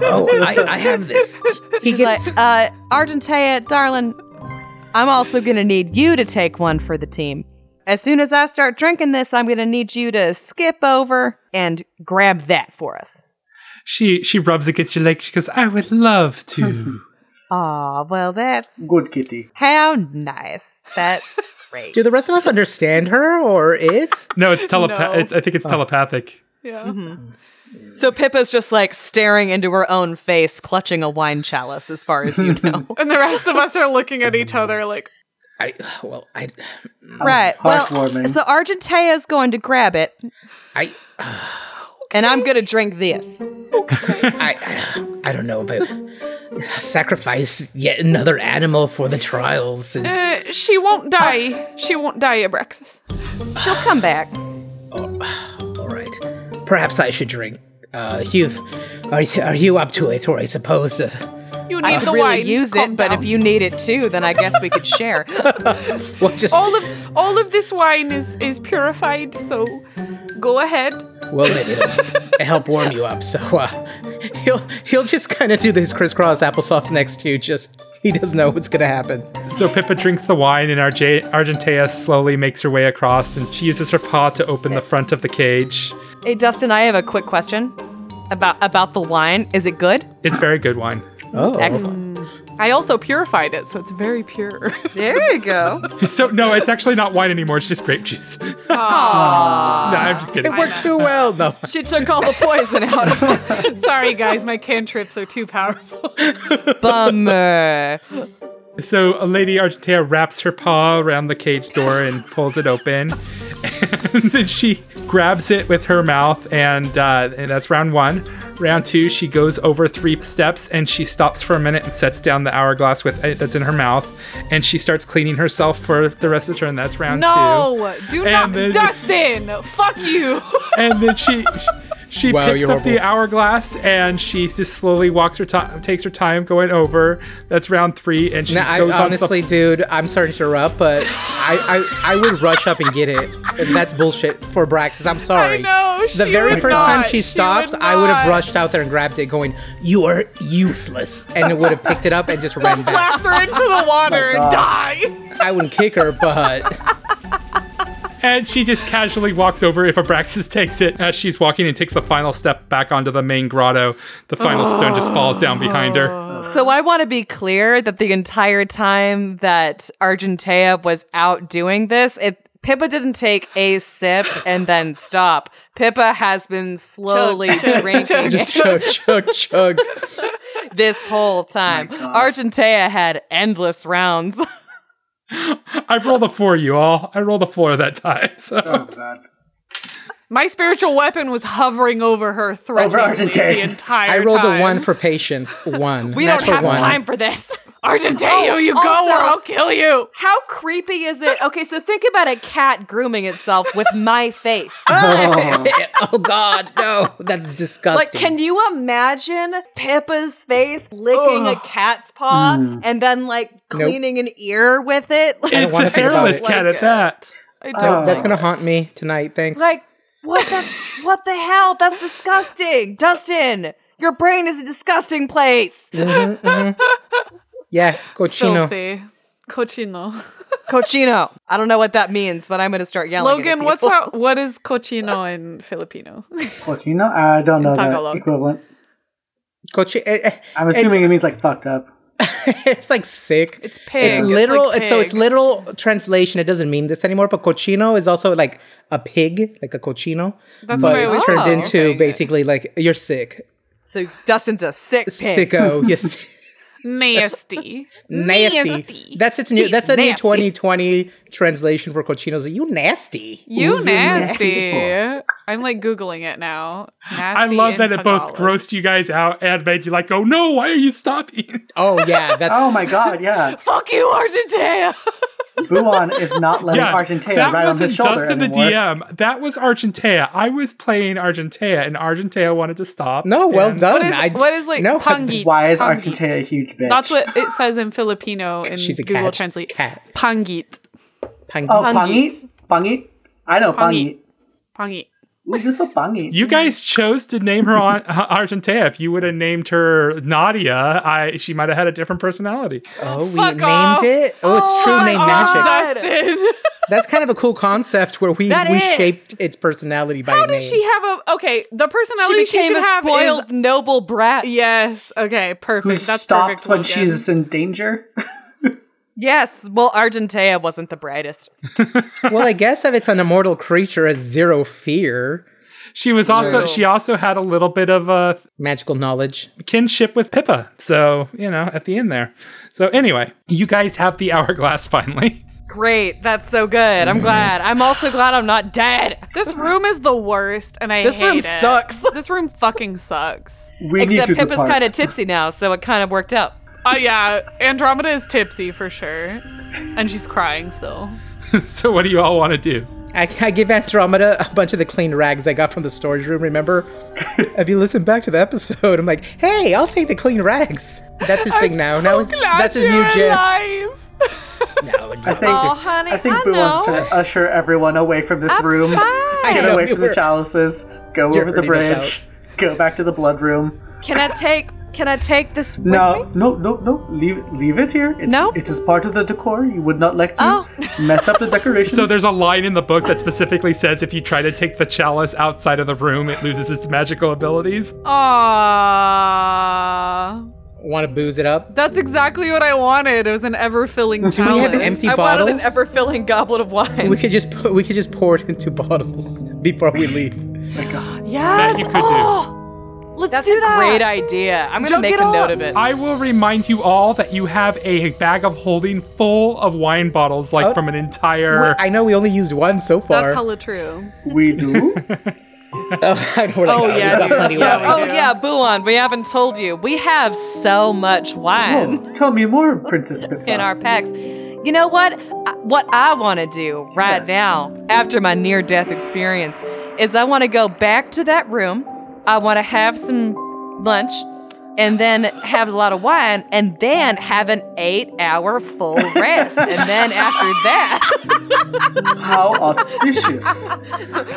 Speaker 4: Oh, I, I have this.
Speaker 3: He
Speaker 5: She's
Speaker 3: gets.
Speaker 5: like, uh, Argentea, darling, I'm also gonna need you to take one for the team. As soon as I start drinking this, I'm gonna need you to skip over and grab that for us.
Speaker 2: She she rubs against your leg. She goes, "I would love to."
Speaker 5: Aw, well, that's
Speaker 6: good kitty.
Speaker 5: how nice. That's great.
Speaker 3: do the rest of us understand her or it?
Speaker 2: no, it's telepath.
Speaker 7: No.
Speaker 2: It's, I think it's telepathic.
Speaker 7: yeah.
Speaker 5: so Pippa's just like staring into her own face, clutching a wine chalice, as far as you know.
Speaker 7: And the rest of us are looking at each other like,
Speaker 4: I, well, I,
Speaker 5: right. Well,
Speaker 6: Heartwarming.
Speaker 5: so Argentea is going to grab it,
Speaker 4: I,
Speaker 5: and I'm gonna drink this.
Speaker 4: I, I, I don't know about sacrifice yet another animal for the trials. Is,
Speaker 7: "Uh, she won't die. She won't die, Abraxas.
Speaker 5: She'll come back.
Speaker 4: all right. Perhaps I should drink. Uh, Hugh, are, you- are you up to it? Or I suppose. Uh,
Speaker 7: You need
Speaker 5: I
Speaker 7: the
Speaker 5: could really
Speaker 7: wine.
Speaker 5: use
Speaker 7: to calm
Speaker 5: it, but
Speaker 7: down.
Speaker 5: if you need it too, then I guess we could share.
Speaker 4: well, just.
Speaker 5: Oh,
Speaker 7: all of all of this wine is is purified, so go ahead.
Speaker 4: Well, then it'll help warm you up. So uh,
Speaker 3: He'll he'll just kind of do this crisscross applesauce next to you, just he doesn't know what's gonna happen.
Speaker 2: So Pippa drinks the wine, and Arge- Argentea slowly makes her way across, and she uses her paw to open the front of the cage.
Speaker 5: Hey, Dustin, I have a quick question about about the wine. Is it good?
Speaker 2: It's very good wine.
Speaker 3: Oh,
Speaker 5: Excellent.
Speaker 7: I also purified it, so it's very pure.
Speaker 5: There you go.
Speaker 2: So no, it's actually not wine anymore. It's just grape juice. no, I'm just kidding.
Speaker 3: it worked too well. No,
Speaker 9: She took all the poison out of her.
Speaker 7: Sorry, guys, my cantrips are too powerful.
Speaker 9: Bummer.
Speaker 2: So uh, Lady Argentea wraps her paw around the cage door and pulls it open. And then she grabs it with her mouth, and, uh, and that's round one. Round two, she goes over three steps and she stops for a minute and sets down the hourglass with it that's in her mouth, and she starts cleaning herself for the rest of the turn. That's round two.
Speaker 7: No, do not,
Speaker 2: And then-
Speaker 7: Dustin. Fuck you.
Speaker 2: and then she she
Speaker 3: Wow,
Speaker 2: picks
Speaker 3: you're
Speaker 2: up the
Speaker 3: horrible.
Speaker 2: hourglass and she just slowly walks her time, takes her time going over. That's round three, and she
Speaker 3: Now, I,
Speaker 2: goes on.
Speaker 3: honestly, dude, I'm starting to erupt, but I, I, I would rush up and get it. That's bullshit for Braxis. I'm sorry.
Speaker 7: know,
Speaker 3: The
Speaker 7: she
Speaker 3: very
Speaker 7: would
Speaker 3: first time
Speaker 7: not. She
Speaker 3: she
Speaker 7: would
Speaker 3: stops, I would have
Speaker 7: not.
Speaker 3: rushed out there and grabbed it, going, "You are useless," and it would have picked it up and just ran back.
Speaker 7: Slapped her into the water and die.
Speaker 3: I wouldn't kick her, but
Speaker 2: And she just casually walks over if Abraxas takes it as she's walking and takes the final step back onto the main grotto. The final stone just falls down behind her.
Speaker 5: So I want to be clear that the entire time that Argentea was out doing this, it Pippa didn't take a sip and then stop. Pippa has been slowly drinking
Speaker 3: just chug, chug, chug.
Speaker 5: this whole time. Argentea had endless rounds.
Speaker 2: I rolled a four, you all. I rolled a four that time. So.
Speaker 6: Oh, God.
Speaker 7: My spiritual weapon was hovering over her, threatening
Speaker 6: Argentaeus.
Speaker 7: the entire
Speaker 3: I rolled
Speaker 7: time.
Speaker 3: a one for patience. One.
Speaker 5: We
Speaker 3: Natural
Speaker 5: don't have
Speaker 3: one.
Speaker 5: time for this.
Speaker 7: Argenteo, you go
Speaker 5: also-
Speaker 7: or I'll kill you.
Speaker 5: How creepy is it? Okay, so think about a cat grooming itself with my face.
Speaker 3: oh God, no, that's disgusting.
Speaker 5: Like, can you imagine Pippa's face licking a cat's paw and then like cleaning an ear with it? Like,
Speaker 2: It's
Speaker 3: wanna
Speaker 2: a
Speaker 3: think about
Speaker 2: hairless
Speaker 3: it.
Speaker 2: cat at that.
Speaker 7: I don't.
Speaker 3: Oh, that's gonna haunt me tonight. Thanks.
Speaker 5: like, what the what the hell? That's disgusting, Dustin. Your brain is a disgusting place.
Speaker 3: yeah, cochino.
Speaker 7: Filthy. Cochino.
Speaker 5: Cochino. I don't know what that means, but I'm gonna start yelling. at
Speaker 7: Logan, what's
Speaker 5: people.
Speaker 7: that? What is cochino in Filipino?
Speaker 6: Latino? I don't know the
Speaker 7: Tagalog.
Speaker 6: equivalent.
Speaker 3: Cochi- eh, eh,
Speaker 6: I'm assuming it means like fucked up.
Speaker 3: it's like sick.
Speaker 7: It's pig.
Speaker 3: It's
Speaker 7: It's
Speaker 3: literal.
Speaker 7: like
Speaker 3: it's, so it's
Speaker 7: pig.
Speaker 3: literal translation. It doesn't mean this anymore. But cochino is also like a pig, like a cochino.
Speaker 7: That's
Speaker 3: but
Speaker 7: what I
Speaker 3: it's
Speaker 7: always
Speaker 3: turned
Speaker 7: thought you were
Speaker 3: into
Speaker 7: saying it.
Speaker 3: basically like you're sick,
Speaker 5: So Dustin's a sick pig.
Speaker 3: sicko. Yes.
Speaker 7: Nasty.
Speaker 3: Nasty.
Speaker 7: Nasty.
Speaker 3: That's its new.
Speaker 5: He's
Speaker 3: that's the new
Speaker 5: nasty.
Speaker 3: 2020 translation for cochinos. You nasty.
Speaker 7: You nasty.
Speaker 6: nasty.
Speaker 7: I'm like Googling it now.
Speaker 2: I
Speaker 7: Nasty
Speaker 2: love
Speaker 7: in
Speaker 2: that it both
Speaker 7: Tagalog.
Speaker 2: grossed you guys out and made you like, oh no, why are you stopping?
Speaker 3: Oh yeah, that's
Speaker 6: Oh my God, yeah.
Speaker 7: Fuck you, Argentea.
Speaker 6: Buon is not letting Argentea
Speaker 2: that
Speaker 6: right on
Speaker 2: wasn't
Speaker 6: his shoulder
Speaker 2: Dustin
Speaker 6: anymore.
Speaker 2: the DM. That was Argentea. I was playing Argentea, and Argentea wanted to stop.
Speaker 3: no. Well
Speaker 2: and-
Speaker 3: done.
Speaker 7: What is,
Speaker 3: I-
Speaker 7: what is like
Speaker 3: no,
Speaker 7: pangi?
Speaker 6: Why is
Speaker 7: pangit?
Speaker 6: Argentea a huge bitch?
Speaker 7: That's what it says in Filipino in
Speaker 3: She's a
Speaker 7: Google
Speaker 3: cat.
Speaker 7: Translate.
Speaker 3: Cat.
Speaker 7: Pangit.
Speaker 3: Pang-
Speaker 6: Oh, Pangit? Pangit? I know Pangit.
Speaker 7: Pangit. Pangit.
Speaker 6: Ooh, you're so Pangit.
Speaker 2: You guys chose to name her on Argentea. If you would have named her Nadia, I she might have had a different personality.
Speaker 3: Oh, we
Speaker 7: Fuck
Speaker 3: named
Speaker 7: off.
Speaker 3: it. Oh, it's true name magic.
Speaker 7: Oh, Dustin.
Speaker 3: That's kind of a cool concept where we
Speaker 5: That
Speaker 3: we
Speaker 5: is.
Speaker 3: shaped its personality by
Speaker 7: How
Speaker 3: a name.
Speaker 7: does she have a okay? The
Speaker 5: She
Speaker 7: personality she,
Speaker 5: became
Speaker 7: should
Speaker 5: a
Speaker 7: have
Speaker 5: spoiled
Speaker 7: is
Speaker 5: noble brat.
Speaker 7: yes. Okay, perfect.
Speaker 6: Who
Speaker 7: That's
Speaker 6: stops
Speaker 7: perfect.
Speaker 6: when
Speaker 7: Logan.
Speaker 6: she's in danger?
Speaker 5: Yes. Well, Argentea wasn't the brightest.
Speaker 3: well, I guess if it's an immortal creature, has zero fear,
Speaker 2: She was also she also had a little bit of a
Speaker 3: magical knowledge.
Speaker 2: kinship with Pippa. So you know at the end there. So anyway, you guys have the hourglass finally.
Speaker 5: Great. That's so good.
Speaker 6: Mm-hmm.
Speaker 5: I'm glad. I'm also glad I'm not dead.
Speaker 7: This room is the worst, and I
Speaker 5: This
Speaker 7: hate
Speaker 5: room
Speaker 7: it.
Speaker 5: sucks.
Speaker 7: This room fucking sucks.
Speaker 6: We need
Speaker 5: Except
Speaker 6: to
Speaker 5: Pippa's
Speaker 6: depart.
Speaker 5: kind of tipsy now, so it kind of worked out.
Speaker 7: Oh yeah, Andromeda is tipsy for sure, and she's crying still.
Speaker 2: so what do you all want to do?
Speaker 3: I, I give Andromeda a bunch of the clean rags I got from the storage room. Remember, if you listen back to the episode, I'm like, "Hey, I'll take the clean rags." That's his thing now. now
Speaker 7: So
Speaker 3: his-
Speaker 7: glad
Speaker 3: that's his new
Speaker 7: you're
Speaker 3: gym.
Speaker 7: alive.
Speaker 6: I think,
Speaker 5: Oh, honey,
Speaker 6: I think
Speaker 5: I
Speaker 6: Buon's
Speaker 5: know.
Speaker 6: trying to usher everyone away from this room. Just
Speaker 5: fine.
Speaker 6: get
Speaker 3: I know,
Speaker 6: away
Speaker 3: you
Speaker 6: from the
Speaker 3: were-
Speaker 6: chalices. Go
Speaker 3: you're
Speaker 6: over the
Speaker 3: hurting us
Speaker 6: bridge. Go back to the blood room.
Speaker 5: Can I take Can I take this with
Speaker 6: No,
Speaker 5: me?
Speaker 6: no, no, no. Leave, leave it here. It's,
Speaker 5: No?
Speaker 6: It is part of the decor. You would not like to
Speaker 5: Oh.
Speaker 6: mess up the decorations.
Speaker 2: So there's a line in the book that specifically says if you try to take the chalice outside of the room, it loses its magical abilities.
Speaker 7: Ah,
Speaker 3: Want to booze it up?
Speaker 7: that's exactly what I wanted. It was an ever-filling
Speaker 3: Do we
Speaker 7: challenge.
Speaker 3: have empty
Speaker 5: I wanted an
Speaker 3: bottles?
Speaker 5: ever-filling goblet of wine.
Speaker 3: we could just put, we could just pour it into bottles before we leave.
Speaker 7: yes.
Speaker 2: That you could do.
Speaker 7: oh, Let's
Speaker 5: That's
Speaker 7: do
Speaker 5: a
Speaker 7: that.
Speaker 5: great idea. I'm gonna
Speaker 7: Junk
Speaker 5: make
Speaker 7: it
Speaker 5: a
Speaker 7: up.
Speaker 5: note of it.
Speaker 2: I will remind you all that you have a bag of holding full of wine bottles, like
Speaker 3: Oh.
Speaker 2: from an entire.
Speaker 3: Wait, I know we only used one so far.
Speaker 7: That's hella true.
Speaker 6: we do.
Speaker 3: oh, I know, we're like,
Speaker 7: Oh,
Speaker 3: oh,
Speaker 7: yeah,
Speaker 3: we got
Speaker 7: dude.
Speaker 3: plenty
Speaker 7: Yeah,
Speaker 3: left.
Speaker 7: we
Speaker 5: oh yeah, Buon, we haven't told you. We have so much wine.
Speaker 6: Oh, tell me more, Princess Pippa.
Speaker 5: in our packs. You know what? I- What I want to do right
Speaker 6: Yes.
Speaker 5: now, after my near death experience, is I want to go back to that room. I want to have some lunch and then have a lot of wine and then have an eight hour full rest. and then after that,
Speaker 6: How auspicious.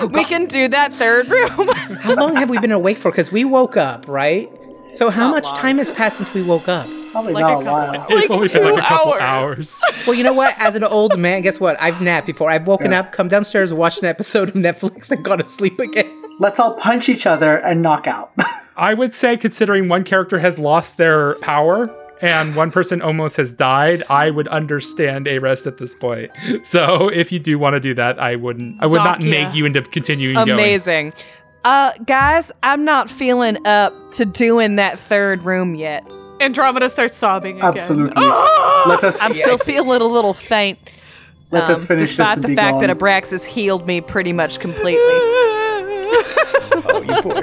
Speaker 5: we can do that third room.
Speaker 3: How long have we been awake for? Because we woke up, right? So how much time has passed since we woke up?
Speaker 6: Probably not a while.
Speaker 2: it's
Speaker 7: Like
Speaker 2: only been like
Speaker 7: two
Speaker 2: a couple
Speaker 7: hours.
Speaker 2: hours.
Speaker 3: Well, you know what? As an old man, guess what? I've napped before. I've woken up, come downstairs, watched an episode of Netflix, and gone to sleep again.
Speaker 6: Let's all punch each other and knock out.
Speaker 2: I would say, considering one character has lost their power and one person almost has died, I would understand a rest at this point. So if you do want to do that, I wouldn't. I would
Speaker 7: Doc,
Speaker 2: not
Speaker 7: yeah.
Speaker 2: nag you into continuing going.
Speaker 5: Amazing. Uh, guys, I'm not feeling up to doing that third room yet.
Speaker 7: Andromeda starts sobbing again.
Speaker 6: Absolutely. Let us
Speaker 5: I'm still feeling a little faint.
Speaker 6: let
Speaker 5: um,
Speaker 6: us finish this
Speaker 5: despite
Speaker 6: and
Speaker 5: the
Speaker 6: be
Speaker 5: fact
Speaker 6: gone.
Speaker 5: that Abraxas healed me pretty much completely.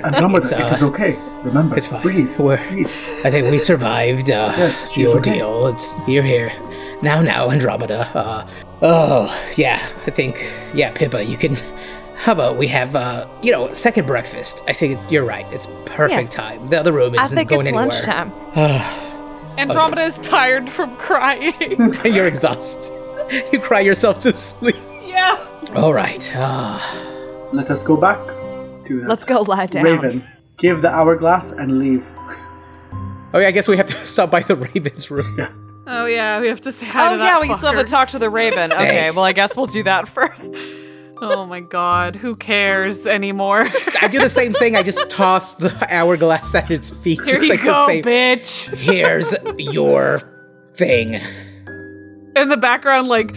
Speaker 6: And remember, it is okay. Remember,
Speaker 3: uh, It's fine.
Speaker 6: breathe.
Speaker 3: We're,
Speaker 6: breathe.
Speaker 3: I think we survived uh,
Speaker 6: Yes, she's
Speaker 3: the
Speaker 6: okay.
Speaker 3: ordeal. It's you're here now, now Andromeda. Uh, oh yeah, I think yeah, Pippa, you can. How about we have uh, you know second breakfast? I think you're right. It's perfect time. The other room
Speaker 5: I
Speaker 3: isn't
Speaker 5: think
Speaker 3: going
Speaker 5: it's
Speaker 3: anywhere.
Speaker 5: lunchtime.
Speaker 7: Andromeda is tired from crying.
Speaker 3: you're exhausted. You cry yourself to sleep.
Speaker 7: yeah.
Speaker 3: All right. Uh,
Speaker 6: Let us go back to that.
Speaker 5: Let's go lie down.
Speaker 6: Raven, give the hourglass and leave.
Speaker 3: oh yeah, I guess we have to stop by the Ravens room.
Speaker 7: Oh yeah, we have to say hi
Speaker 5: Oh
Speaker 7: to that
Speaker 5: yeah, we still have
Speaker 7: fucker.
Speaker 5: to talk to the Raven. Okay, well I guess we'll do that first.
Speaker 7: Oh my god, who cares anymore?
Speaker 3: I do the same thing. I just toss the hourglass at its feet.
Speaker 7: Here
Speaker 3: just
Speaker 7: you
Speaker 3: like
Speaker 7: go,
Speaker 3: the same.
Speaker 7: bitch.
Speaker 3: Here's your thing.
Speaker 7: In the background, like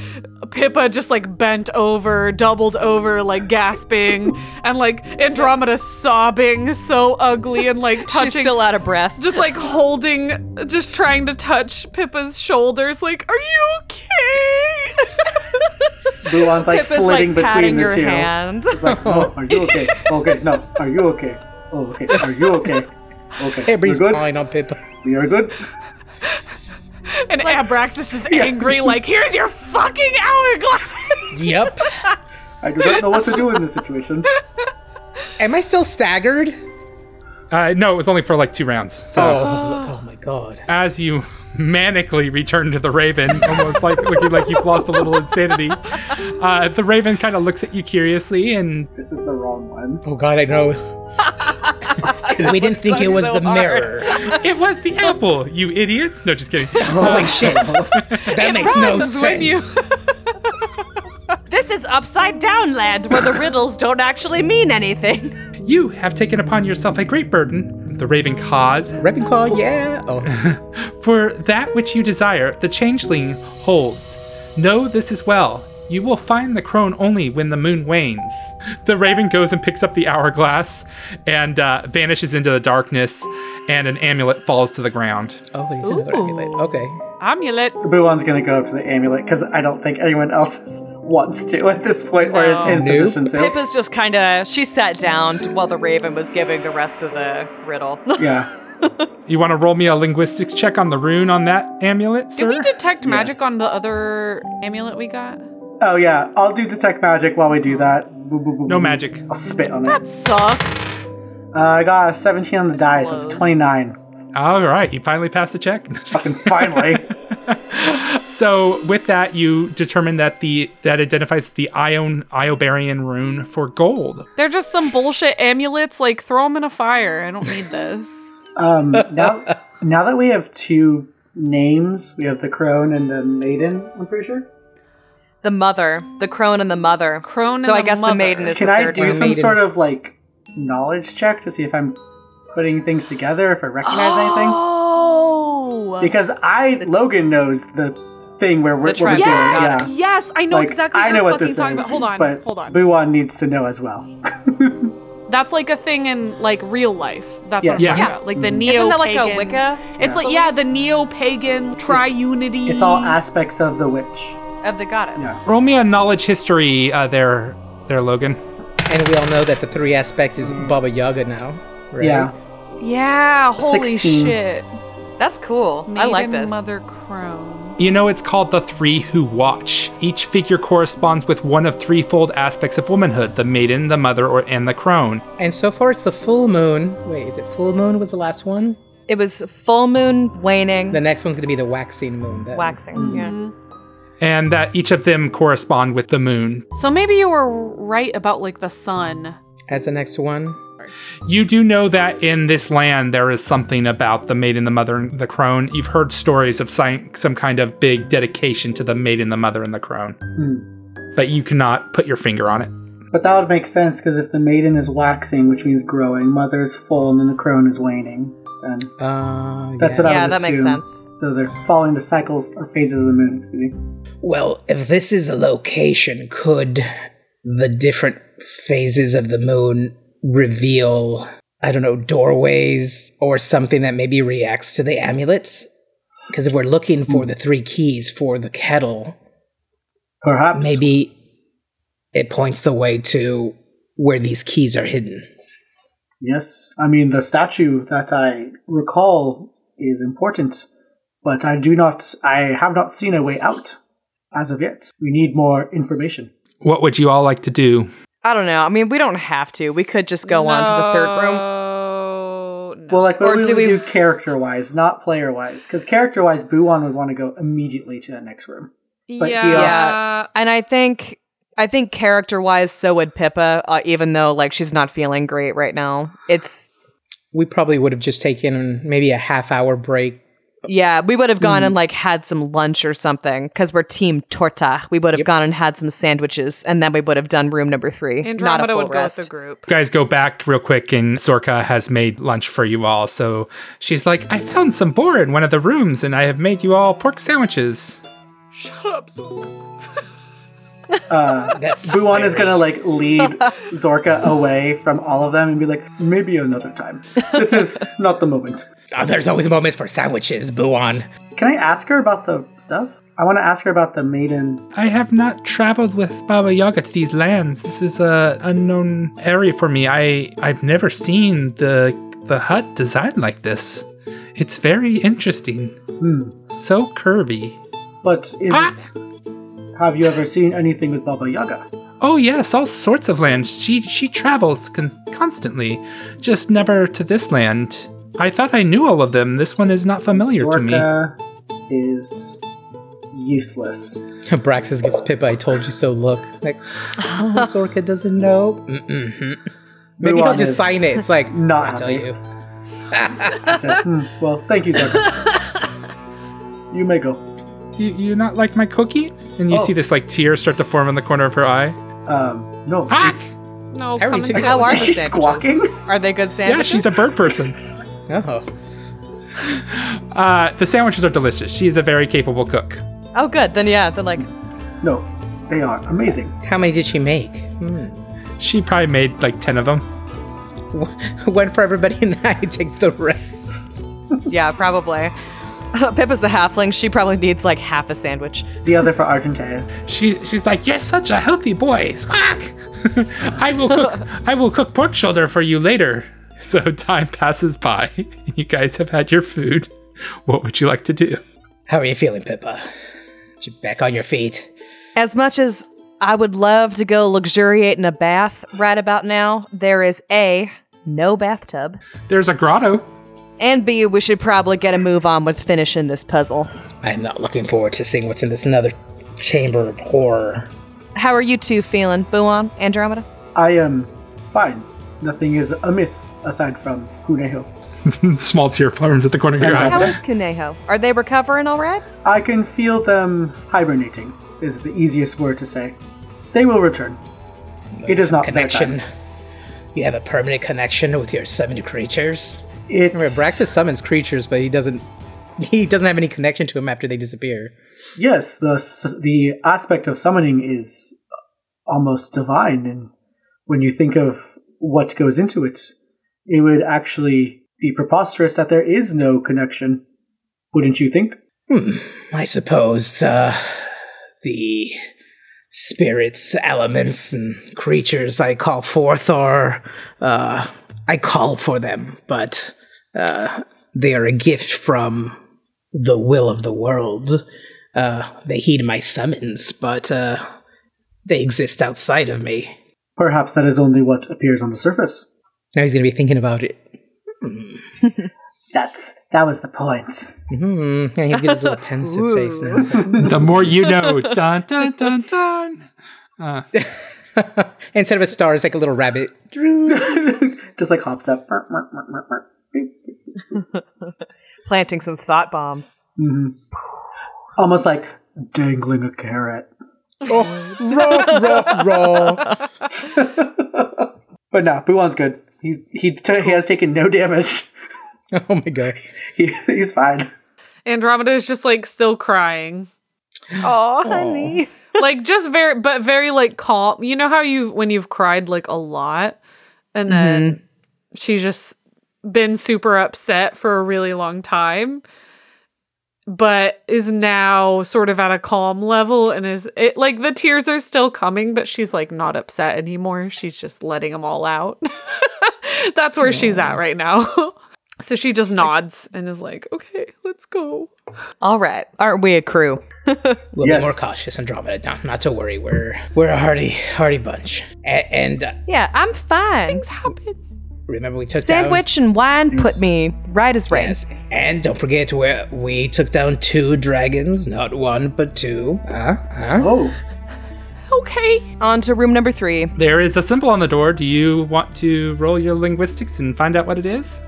Speaker 7: Pippa just like bent over, doubled over, like gasping, and like Andromeda sobbing so ugly and like touching.
Speaker 5: She's still out of breath.
Speaker 7: just like holding, just trying to touch Pippa's shoulders. Like, are you okay?
Speaker 6: Blue one's like
Speaker 5: Pippa's
Speaker 6: flitting
Speaker 5: like patting
Speaker 6: between
Speaker 5: your
Speaker 6: the two.
Speaker 5: hand.
Speaker 6: It's like, oh, are you okay? Okay, no. Are you okay? Oh, okay. Are you okay? Okay.
Speaker 3: Everybody's
Speaker 6: We're good.
Speaker 3: fine on Pippa.
Speaker 6: We are good.
Speaker 7: and Abrax is just angry. Like, here's your fucking hourglass.
Speaker 3: Yep.
Speaker 6: I do not know what to do in this situation.
Speaker 3: Am I still staggered?
Speaker 2: Uh, no, it was only for like two rounds. So.
Speaker 3: Oh, I was like, oh my god.
Speaker 2: as you manically return to the raven, almost like looking like you've lost a little insanity, uh, the raven kind of looks at you curiously and
Speaker 6: This is the wrong one.
Speaker 3: Oh god, I know. we didn't think it was
Speaker 5: so
Speaker 3: the
Speaker 5: hard.
Speaker 3: mirror.
Speaker 2: it was the apple, you idiots. No, just kidding.
Speaker 3: I was like, shit. That makes no
Speaker 7: rhymes with you.
Speaker 3: sense.
Speaker 5: This is upside down land where the riddles don't actually mean anything.
Speaker 2: You have taken upon yourself a great burden, the raven cause.
Speaker 3: Repping call, yeah. Oh,
Speaker 2: For that which you desire, the changeling holds. Know this as well. You will find the crone only when the moon wanes. The raven goes and picks up the hourglass and uh, vanishes into the darkness, and an amulet falls to the ground.
Speaker 3: oh, it's another amulet. Okay.
Speaker 7: Amulet.
Speaker 6: Blue one's gonna go up to the amulet because I don't think anyone else is- wants to at this point or is in
Speaker 3: Nope.
Speaker 6: position to.
Speaker 5: Pippa's just kind of she sat down while the Raven was giving the rest of the riddle.
Speaker 6: Yeah.
Speaker 2: You want to roll me a linguistics check on the rune on that amulet,
Speaker 7: Did
Speaker 2: sir?
Speaker 7: we detect magic
Speaker 6: Yes.
Speaker 7: on the other amulet we got?
Speaker 6: Oh yeah. I'll do detect magic while we do that. Boo, boo, boo,
Speaker 2: no
Speaker 6: boo.
Speaker 2: magic.
Speaker 6: I'll spit on it.
Speaker 7: That sucks.
Speaker 6: Uh, I got a 17 on the die, so it's
Speaker 7: close.
Speaker 6: 29.
Speaker 2: All right, you finally passed the check.
Speaker 6: Fucking finally.
Speaker 2: so with that, you determine that the that identifies the Ion Iobarian rune for gold.
Speaker 7: They're just some bullshit amulets. Like, throw them in a fire. I don't need this.
Speaker 6: Um, now, now that we have two names, we have the crone and the maiden. I'm pretty sure.
Speaker 5: The mother, the crone, and the mother.
Speaker 7: Crone
Speaker 5: So
Speaker 7: and
Speaker 5: I
Speaker 7: the
Speaker 5: guess the
Speaker 7: mother.
Speaker 5: maiden is
Speaker 6: Can
Speaker 5: the
Speaker 6: I
Speaker 5: third
Speaker 6: do
Speaker 5: one.
Speaker 6: some sort of like knowledge check to see if I'm putting things together, if I recognize anything?
Speaker 7: Oh.
Speaker 6: Because I Logan knows the thing where we're,
Speaker 5: The
Speaker 6: what we're doing.
Speaker 5: triangle.
Speaker 6: Yeah.
Speaker 7: Yes, yes, I know
Speaker 6: Like,
Speaker 7: exactly
Speaker 6: I
Speaker 7: what
Speaker 6: know
Speaker 7: you're
Speaker 6: what
Speaker 7: fucking
Speaker 6: this
Speaker 7: talking
Speaker 6: is,
Speaker 7: about. Hold on,
Speaker 6: but
Speaker 7: hold on.
Speaker 6: Buwan needs to know as well.
Speaker 7: That's like a thing in like real life. That's what I'm
Speaker 6: Yes.
Speaker 7: talking
Speaker 6: Yeah.
Speaker 7: about. Like the neo.
Speaker 5: Isn't that like a Wicca
Speaker 7: It's like yeah, the neo pagan triunity.
Speaker 6: It's all aspects of the witch.
Speaker 5: of the goddess?
Speaker 6: Yeah.
Speaker 2: Roll me a knowledge history uh, there, there, Logan.
Speaker 10: And we all know that the three aspects is Baba Yaga now, right?
Speaker 6: Yeah.
Speaker 7: yeah. Holy
Speaker 6: 16.
Speaker 7: shit!
Speaker 5: That's cool. I
Speaker 7: Maiden
Speaker 5: like this.
Speaker 7: Mother crone.
Speaker 2: You know, it's called the Three Who Watch. Each figure corresponds with one of threefold aspects of womanhood the maiden, the mother, or, and the crone.
Speaker 10: And so far, it's the full moon. Wait, is it full moon was the last one?
Speaker 5: It was full moon waning,
Speaker 10: The next one's going to be the waxing moon.
Speaker 6: uh,
Speaker 10: Then.
Speaker 5: waxing.
Speaker 6: mm.
Speaker 5: Yeah.
Speaker 2: And that each of them correspond with the moon.
Speaker 7: So maybe you were right about like the sun.
Speaker 10: As the next one.
Speaker 2: You do know that in this land there is something about the maiden, the mother, and the crone. You've heard stories of si- some kind of big dedication to the maiden, the mother, and the crone,
Speaker 6: Hmm.
Speaker 2: but you cannot put your finger on it.
Speaker 6: But that would make sense because if the maiden is waxing, which means growing, mother's full, and then the crone is waning, then
Speaker 10: Uh,
Speaker 6: that's
Speaker 10: yeah.
Speaker 6: what I
Speaker 5: Yeah,
Speaker 6: would
Speaker 5: that makes
Speaker 6: assume.
Speaker 5: sense.
Speaker 6: So they're following the cycles or phases of the moon. Excuse me.
Speaker 3: Well, if this is a location, could the different phases of the moon reveal, I don't know, doorways or something that maybe reacts to the amulets? Because if we're looking
Speaker 10: Hmm.
Speaker 3: for the three keys for the kettle,
Speaker 6: Perhaps
Speaker 3: maybe it points the way to where these keys are hidden.
Speaker 6: Yes, I mean the statue that I recall is important, but I do not. I have not seen a way out as of yet. We need more information.
Speaker 2: What would you all like to do?
Speaker 5: I don't know. I mean, we don't have to. We could just go on to the third room.
Speaker 7: Oh. No.
Speaker 6: Well, like what
Speaker 5: Or
Speaker 6: we
Speaker 5: do
Speaker 6: do,
Speaker 5: we-
Speaker 6: do character wise, not player wise, because character wise, Buon would want to go immediately to that next room. but
Speaker 7: yeah.
Speaker 6: he also-
Speaker 7: yeah.
Speaker 5: And I think, I think character-wise, so would Pippa. Uh, even though like she's not feeling great right now, it's
Speaker 10: We probably would have just taken maybe a half hour break.
Speaker 5: Yeah, we would have gone
Speaker 6: Hmm.
Speaker 5: and like had some lunch or something because we're team torta. We would have gone and had some sandwiches, and then we would have done room number three. not a
Speaker 7: Andromeda
Speaker 5: full
Speaker 7: would go with
Speaker 5: rest.
Speaker 7: the group.
Speaker 2: You guys go back real quick, and Sorka has made lunch for you all. So she's like, I found some boar in one of the rooms, and I have made you all pork sandwiches.
Speaker 7: Shut up. Zork.
Speaker 6: Uh,
Speaker 3: That's
Speaker 6: Buon is gonna like lead Zorka away from all of them and be like, maybe another time. This is not the moment.
Speaker 3: Oh, there's always moments for sandwiches, Buon.
Speaker 6: Can I ask her about the stuff? I want to ask her about the maiden
Speaker 2: I have not traveled with Baba Yaga to these lands. This is a unknown area for me. I I've never seen the the hut designed like this. It's very interesting. So curvy.
Speaker 6: But is
Speaker 2: Ah!
Speaker 6: have you ever seen anything with Baba Yaga?
Speaker 2: Oh yes, all sorts of lands. She she travels con- constantly, just never to this land. I thought I knew all of them. This one is not familiar to me.
Speaker 6: Zorka is useless.
Speaker 10: Braxis gets Pippa, I told you so look. Like, oh, Zorka doesn't know. Mm-mm. Maybe
Speaker 6: Mulan
Speaker 10: I'll just
Speaker 6: is
Speaker 10: sign it. It's like,
Speaker 6: Not
Speaker 10: I'll tell
Speaker 6: happy.
Speaker 10: you.
Speaker 6: He says, "Hmm, well, thank you, Zorka. you may go.
Speaker 2: Do you, you not like my cookie? And you
Speaker 6: Oh.
Speaker 2: see this like tear start to form in the corner of her eye.
Speaker 6: Um, no.
Speaker 2: Hack!
Speaker 7: No,
Speaker 10: already
Speaker 7: come and
Speaker 10: took
Speaker 7: sit
Speaker 10: it.
Speaker 7: with
Speaker 5: How are
Speaker 7: me.
Speaker 5: the
Speaker 6: She's
Speaker 5: sandwiches?
Speaker 6: squawking.
Speaker 5: Are they good
Speaker 2: Yeah,
Speaker 5: sandwiches?
Speaker 2: she's a bird person.
Speaker 10: Oh.
Speaker 2: Uh, the sandwiches are delicious. She is a very capable cook.
Speaker 5: oh, good. Then yeah, then like
Speaker 6: No, they are amazing.
Speaker 10: How many did she make? Hmm.
Speaker 2: She probably made like 10 of them.
Speaker 10: One for everybody, and I take the rest.
Speaker 5: yeah, probably. Pippa's a halfling. She probably needs like half a sandwich.
Speaker 6: The other for Argentea.
Speaker 2: She, she's like, You're such a healthy boy. Squawk! I will cook I will cook pork shoulder for you later. So time passes by. You guys have had your food. What would you like to do?
Speaker 3: How are you feeling, Pippa? You back on your feet?
Speaker 5: As much as I would love to go luxuriate in a bath right about now, there is a no bathtub,
Speaker 2: There's a grotto.
Speaker 5: and b we should probably get a move on with finishing this puzzle.
Speaker 3: I'm not looking forward to seeing what's in this another chamber of horror.
Speaker 5: How are you two feeling, Buon, Andromeda?
Speaker 6: I am fine. Nothing is amiss aside from Kuneho.
Speaker 2: small tear forms at the corner of your
Speaker 11: How
Speaker 2: eye.
Speaker 11: is Kuneho? Are they recovering all right?
Speaker 6: I can feel them hibernating, is the easiest word to say. They will return. It is not their
Speaker 3: connection.
Speaker 6: time.
Speaker 3: You have a permanent connection with your summoned creatures.
Speaker 6: It's,
Speaker 12: Remember, Braxis summons creatures, but he doesn't. He doesn't have any connection to him after they disappear.
Speaker 6: yes, the, s- the aspect of summoning is almost divine, and when you think of what goes into it, it would actually be preposterous that there is no connection. Wouldn't you think?
Speaker 3: I suppose uh, the spirits, elements, and creatures I call forth are. Uh, I call for them, but uh, they are a gift from the will of the world. Uh, they heed my summons, but uh, they exist outside of me.
Speaker 6: Perhaps that is only what appears on the surface.
Speaker 12: Now he's gonna be thinking about it.
Speaker 6: That's that was the point.
Speaker 12: Hmm. Yeah, he's got his little pensive face now.
Speaker 2: The more you know. Dun, dun, dun, dun.
Speaker 12: Instead of a star, it's like a little rabbit.
Speaker 6: Just like hops up. Burp, burp, burp, burp, burp.
Speaker 5: Planting some thought bombs.
Speaker 6: Mhm. Almost like dangling a carrot.
Speaker 12: Oh, raw, raw, raw.
Speaker 6: But no, Buon's good. He he t- he has taken no damage.
Speaker 12: Oh my god.
Speaker 6: He, he's fine.
Speaker 7: Andromeda is just like still crying.
Speaker 5: Oh, honey.
Speaker 7: like just very but very like calm you know how you when you've cried like a lot and then she's just been super upset for a really long time but is now sort of at a calm level and is it like the tears are still coming but she's like not upset anymore she's just letting them all out that's where she's at right now so she just nods and is like okay let's go
Speaker 5: All right. Aren't we a crew?
Speaker 3: We'll
Speaker 6: Yes.
Speaker 3: be more cautious, Andromeda. Not, not to worry. We're we're a hardy hardy bunch. A- and uh,
Speaker 5: Yeah, I'm fine.
Speaker 7: things happen
Speaker 3: remember, we took down
Speaker 5: Sandwich and wine put me right as rain.
Speaker 3: Yes. And don't forget, we we took down two dragons, not one but two. Huh? Huh?
Speaker 6: Oh,
Speaker 7: okay
Speaker 5: On to room number three.
Speaker 2: There is a symbol on the door. Do you want to roll your linguistics and find out what it is?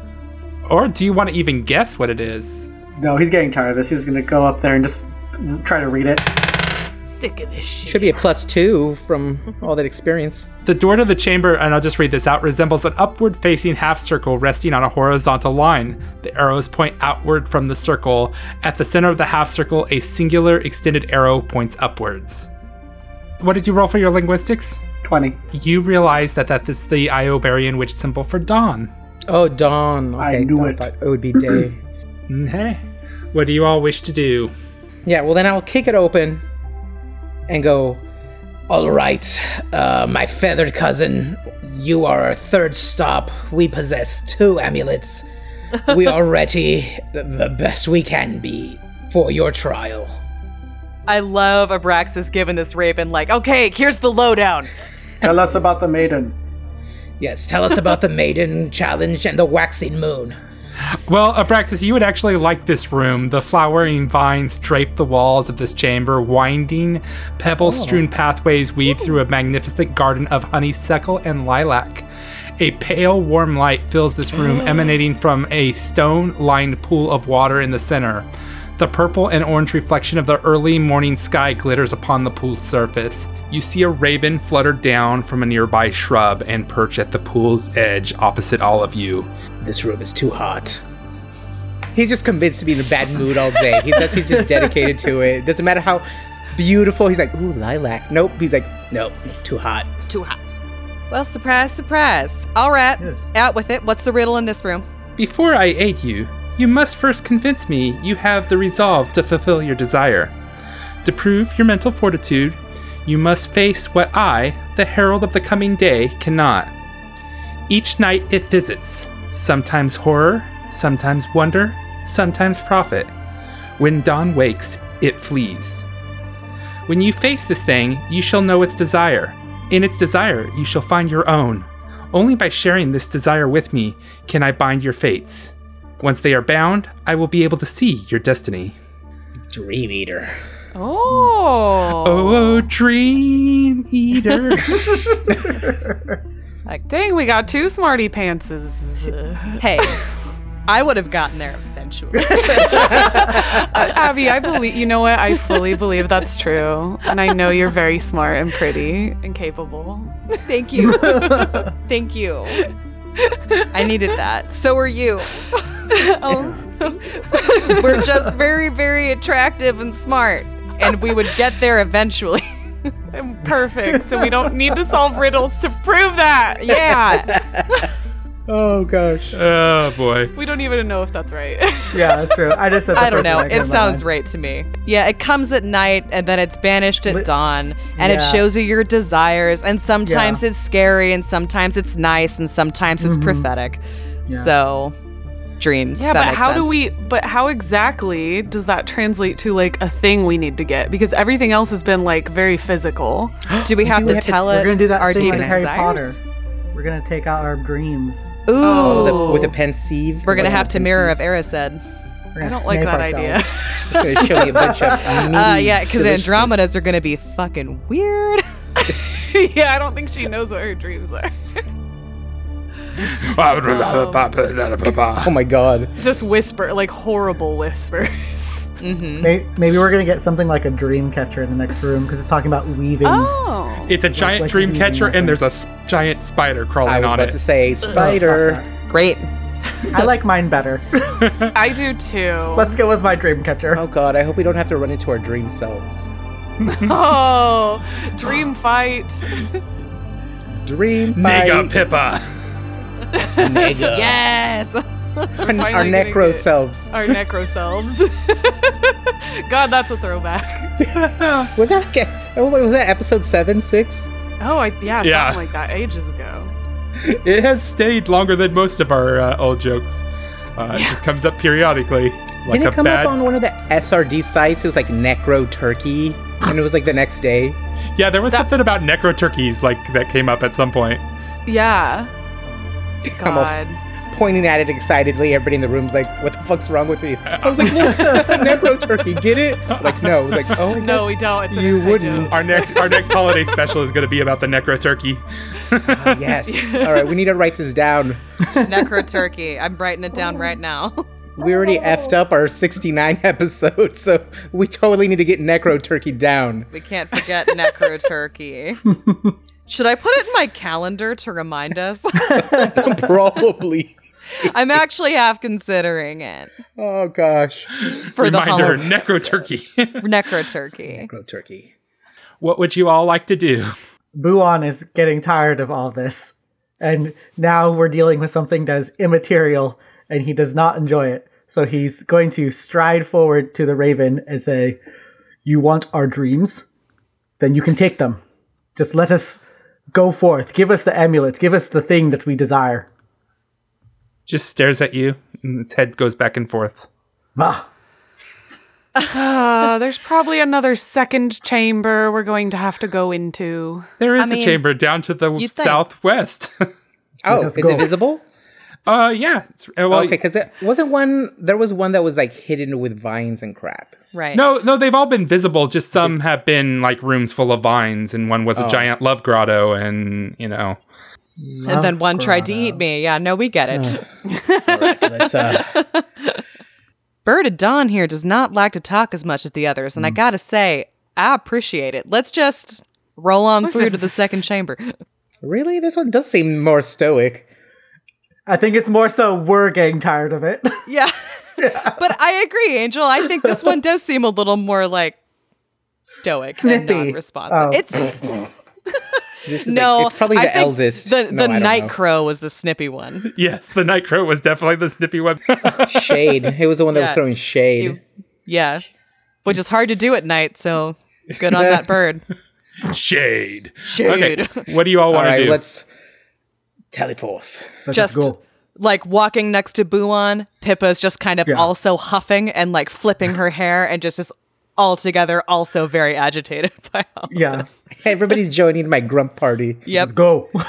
Speaker 2: Or do you want to even guess what it is?
Speaker 6: no, he's getting tired of this. He's gonna go up there and just try to read it.
Speaker 7: sick of this shit
Speaker 12: Should be a plus two from all that experience.
Speaker 2: The door to the chamber, and I'll just read this out, resembles an upward facing half circle resting on a horizontal line. The arrows point outward from the circle. At the center of the half circle, a singular extended arrow points upwards. What did you roll for your linguistics?
Speaker 6: Twenty.
Speaker 2: You realize that that is the Iobarian witch symbol for dawn.
Speaker 12: Oh, dawn. Okay,
Speaker 6: I knew
Speaker 12: I
Speaker 6: it.
Speaker 12: thought it would be day.
Speaker 2: Hey, Mm-hmm. what do you all wish to do?
Speaker 12: yeah. Well, then I'll kick it open, and go.
Speaker 3: All right, uh, my feathered cousin, you are our third stop. We possess two amulets. We are ready, the- the best we can be, for your trial.
Speaker 5: I love Abraxas giving this raven, like, okay, here's the lowdown.
Speaker 6: Tell us about the maiden.
Speaker 3: Yes, tell us about the maiden challenge and the waxing moon.
Speaker 2: Well, Abraxas, you would actually like this room. The flowering vines drape the walls of this chamber. Winding, pebble strewn pathways weave through a magnificent garden of honeysuckle and lilac. A pale, warm light fills this room, emanating from a stone lined pool of water in the center. The purple and orange reflection of the early morning sky glitters upon the pool's surface. You see a raven flutter down from a nearby shrub and perch at the pool's edge opposite all of you.
Speaker 3: This room is too hot.
Speaker 12: He's just convinced to be in a bad mood all day. He, that's, he's just dedicated to it. Doesn't matter how beautiful. He's like, ooh, lilac. Nope. He's like,
Speaker 3: Nope, it's too hot.
Speaker 5: Too hot. Well, surprise, surprise. All right, out with it. What's the riddle in this room?
Speaker 2: Before I aid you, you must first convince me you have the resolve to fulfill your desire. To prove your mental fortitude, you must face what I, the herald of the coming day, cannot. Each night it visits, sometimes horror, sometimes wonder, sometimes profit. When dawn wakes, it flees. When you face this thing, you shall know its desire. In its desire, you shall find your own. Only by sharing this desire with me can I bind your fates. Once they are bound, I will be able to see your destiny.
Speaker 3: Dream Eater.
Speaker 7: oh
Speaker 2: Oh, dream eater.
Speaker 7: Like, dang, we got two smarty pantses.
Speaker 5: Hey, I would have gotten there eventually.
Speaker 7: Abby, I believe you know what? I fully believe that's true. And I know you're very smart and pretty and capable.
Speaker 5: Thank you. Thank you. I needed that. So are you. We're just very, very attractive and smart, and we would get there eventually.
Speaker 7: Perfect. And we don't need to solve riddles to prove that.
Speaker 5: Yeah.
Speaker 6: Oh gosh.
Speaker 2: Oh boy.
Speaker 7: We don't even know if that's right.
Speaker 6: Yeah, that's true. I just said the
Speaker 5: I don't
Speaker 6: first
Speaker 5: know.
Speaker 6: one came
Speaker 5: It
Speaker 6: to
Speaker 5: sounds
Speaker 6: mind.
Speaker 5: right to me. Yeah, it comes at night and then it's banished at dawn and it
Speaker 6: yeah.
Speaker 5: shows you your desires and sometimes it's scary and sometimes it's nice and sometimes it's
Speaker 6: Mm-hmm.
Speaker 5: prophetic. So dreams.
Speaker 7: Yeah,
Speaker 5: that
Speaker 7: but
Speaker 5: makes
Speaker 7: how do
Speaker 5: sense.
Speaker 7: we but how exactly does that translate to like a thing we need to get? Because everything else has been like very physical.
Speaker 5: do we have
Speaker 6: We
Speaker 5: to
Speaker 6: have to-
Speaker 5: tell it
Speaker 6: We're gonna do that
Speaker 5: our
Speaker 6: thing like
Speaker 5: deepest
Speaker 6: Harry
Speaker 5: desires?
Speaker 6: Potter. We're gonna take out our dreams.
Speaker 5: Ooh.
Speaker 7: Oh,
Speaker 4: With a- with a pensieve.
Speaker 5: We're gonna
Speaker 4: With a
Speaker 5: have to
Speaker 4: pensieve.
Speaker 5: mirror of Era said.
Speaker 6: We're
Speaker 7: I
Speaker 6: gonna
Speaker 7: don't like
Speaker 6: snipe
Speaker 7: that
Speaker 6: ourselves.
Speaker 7: idea.
Speaker 4: It's gonna show you a bunch of
Speaker 5: Uh, yeah, because Andromedas are gonna be fucking weird.
Speaker 7: yeah, I don't think she knows what her dreams are.
Speaker 4: Oh my god.
Speaker 7: Just whisper, like horrible whispers.
Speaker 5: hmm
Speaker 6: May- Maybe we're gonna get something like a dream catcher in the next room because it's talking about weaving.
Speaker 7: Oh.
Speaker 2: It's a giant
Speaker 6: like
Speaker 2: dream
Speaker 6: eating
Speaker 2: catcher,
Speaker 6: nothing.
Speaker 2: and there's a s- giant spider crawling
Speaker 4: I was
Speaker 2: on
Speaker 4: about
Speaker 2: it.
Speaker 4: to say spider.
Speaker 5: Great.
Speaker 6: I like mine better.
Speaker 7: I do too.
Speaker 6: Let's go with my dream catcher.
Speaker 4: Oh god, I hope we don't have to run into our dream selves.
Speaker 7: Oh, dream fight.
Speaker 4: Dream
Speaker 2: Mega
Speaker 4: fight.
Speaker 2: Pippa.
Speaker 4: Mega.
Speaker 5: Yes.
Speaker 7: We're
Speaker 4: Our,
Speaker 7: finally
Speaker 4: our
Speaker 7: gonna
Speaker 4: necro
Speaker 7: get
Speaker 4: selves.
Speaker 7: Our necro selves. God, that's a throwback.
Speaker 4: Was that oh, wait, was that episode seven, six?
Speaker 7: Oh, I, yeah,
Speaker 2: Yeah.
Speaker 7: something like that ages ago.
Speaker 2: It has stayed longer than most of our uh, old jokes. Uh, It just comes up periodically, like
Speaker 4: Didn't
Speaker 2: a
Speaker 4: it come
Speaker 2: bad.
Speaker 4: up on one of the SRD sites? It was like necro turkey, and it was like the next day.
Speaker 2: yeah, there was
Speaker 7: That-
Speaker 2: something about necro turkeys like that came up at some point.
Speaker 7: Yeah. God.
Speaker 4: Almost. Pointing at it excitedly, everybody in the room's like, "What the fuck's wrong with you?" I was like, "Look, necro turkey, get it?" Like, no, it was like, "Oh, I
Speaker 7: No,
Speaker 4: guess
Speaker 7: we don't. It's an
Speaker 4: you
Speaker 7: inside
Speaker 4: wouldn't."
Speaker 2: Our next our next holiday special is going to be about the necro turkey.
Speaker 4: yes. All right, we need to write this down.
Speaker 5: Necro turkey. I'm writing it down right now.
Speaker 4: We already effed up our 69 episode, so we totally need to get necro turkey down.
Speaker 5: We can't forget necro turkey. Should I put it in my calendar to remind us?
Speaker 4: Probably.
Speaker 5: I'm actually half considering it
Speaker 4: Oh gosh.
Speaker 5: for
Speaker 2: Reminder:
Speaker 5: the
Speaker 2: necro turkey.
Speaker 5: necro turkey.
Speaker 4: Necro turkey.
Speaker 2: what would you all like to do?
Speaker 6: Buon is getting tired of all this, and now we're dealing with something that is immaterial, and he does not enjoy it. So he's going to stride forward to the raven and say, "You want our dreams? Then you can take them. Just let us go forth. Give us the amulet. Give us the thing that we desire."
Speaker 2: Just stares at you, and its head goes back and forth.
Speaker 6: Bah.
Speaker 7: Uh, there's probably another second chamber we're going to have to go into.
Speaker 2: There is
Speaker 5: mean,
Speaker 2: a chamber down to the
Speaker 5: you'd think.
Speaker 2: southwest.
Speaker 4: Oh, is
Speaker 6: just go.
Speaker 4: it visible?
Speaker 2: uh, yeah. It's, uh, well,
Speaker 4: okay, because there wasn't one. There was one that was like hidden with vines and crap.
Speaker 5: Right.
Speaker 2: No, no, they've all been visible. Just some have been like rooms full of vines, and one was a giant love grotto, and you know,
Speaker 5: and then one tried to eat me. Yeah, no, we get it.
Speaker 4: All right, let's. Uh,
Speaker 5: Bird of Dawn here does not like to talk as much as the others, and I gotta say, I appreciate it. Let's just roll on through to the second chamber.
Speaker 4: really, this one does seem more stoic.
Speaker 6: I think it's more so we're getting tired of it.
Speaker 5: Yeah. but I agree, Angel. I think this one does seem a little more like stoic
Speaker 6: Snippy.
Speaker 5: and non-responsive.
Speaker 6: Oh.
Speaker 5: It's
Speaker 4: This is
Speaker 5: no,
Speaker 4: like, it's probably
Speaker 5: I
Speaker 4: the
Speaker 5: think
Speaker 4: eldest.
Speaker 5: The,
Speaker 4: No,
Speaker 5: the
Speaker 4: I don't
Speaker 5: night
Speaker 4: know.
Speaker 5: crow was the snippy one.
Speaker 2: yes, the night crow was definitely the snippy one.
Speaker 4: shade. It was the one that
Speaker 5: Yeah.
Speaker 4: was throwing shade.
Speaker 5: You- Yeah, which is hard to do at night. So good on that bird.
Speaker 2: Shade.
Speaker 5: Shade.
Speaker 2: Okay, what do you all
Speaker 4: All
Speaker 2: want to
Speaker 4: right,
Speaker 2: do?
Speaker 4: let's tally forth.
Speaker 6: Let's
Speaker 5: Just- Like walking next to Buon, Pippa's just kind of
Speaker 6: Yeah.
Speaker 5: also huffing and like flipping her hair and just is altogether also very agitated by all.
Speaker 6: Yeah.
Speaker 4: Everybody's joining my grump party.
Speaker 5: Yep.
Speaker 6: Let's go.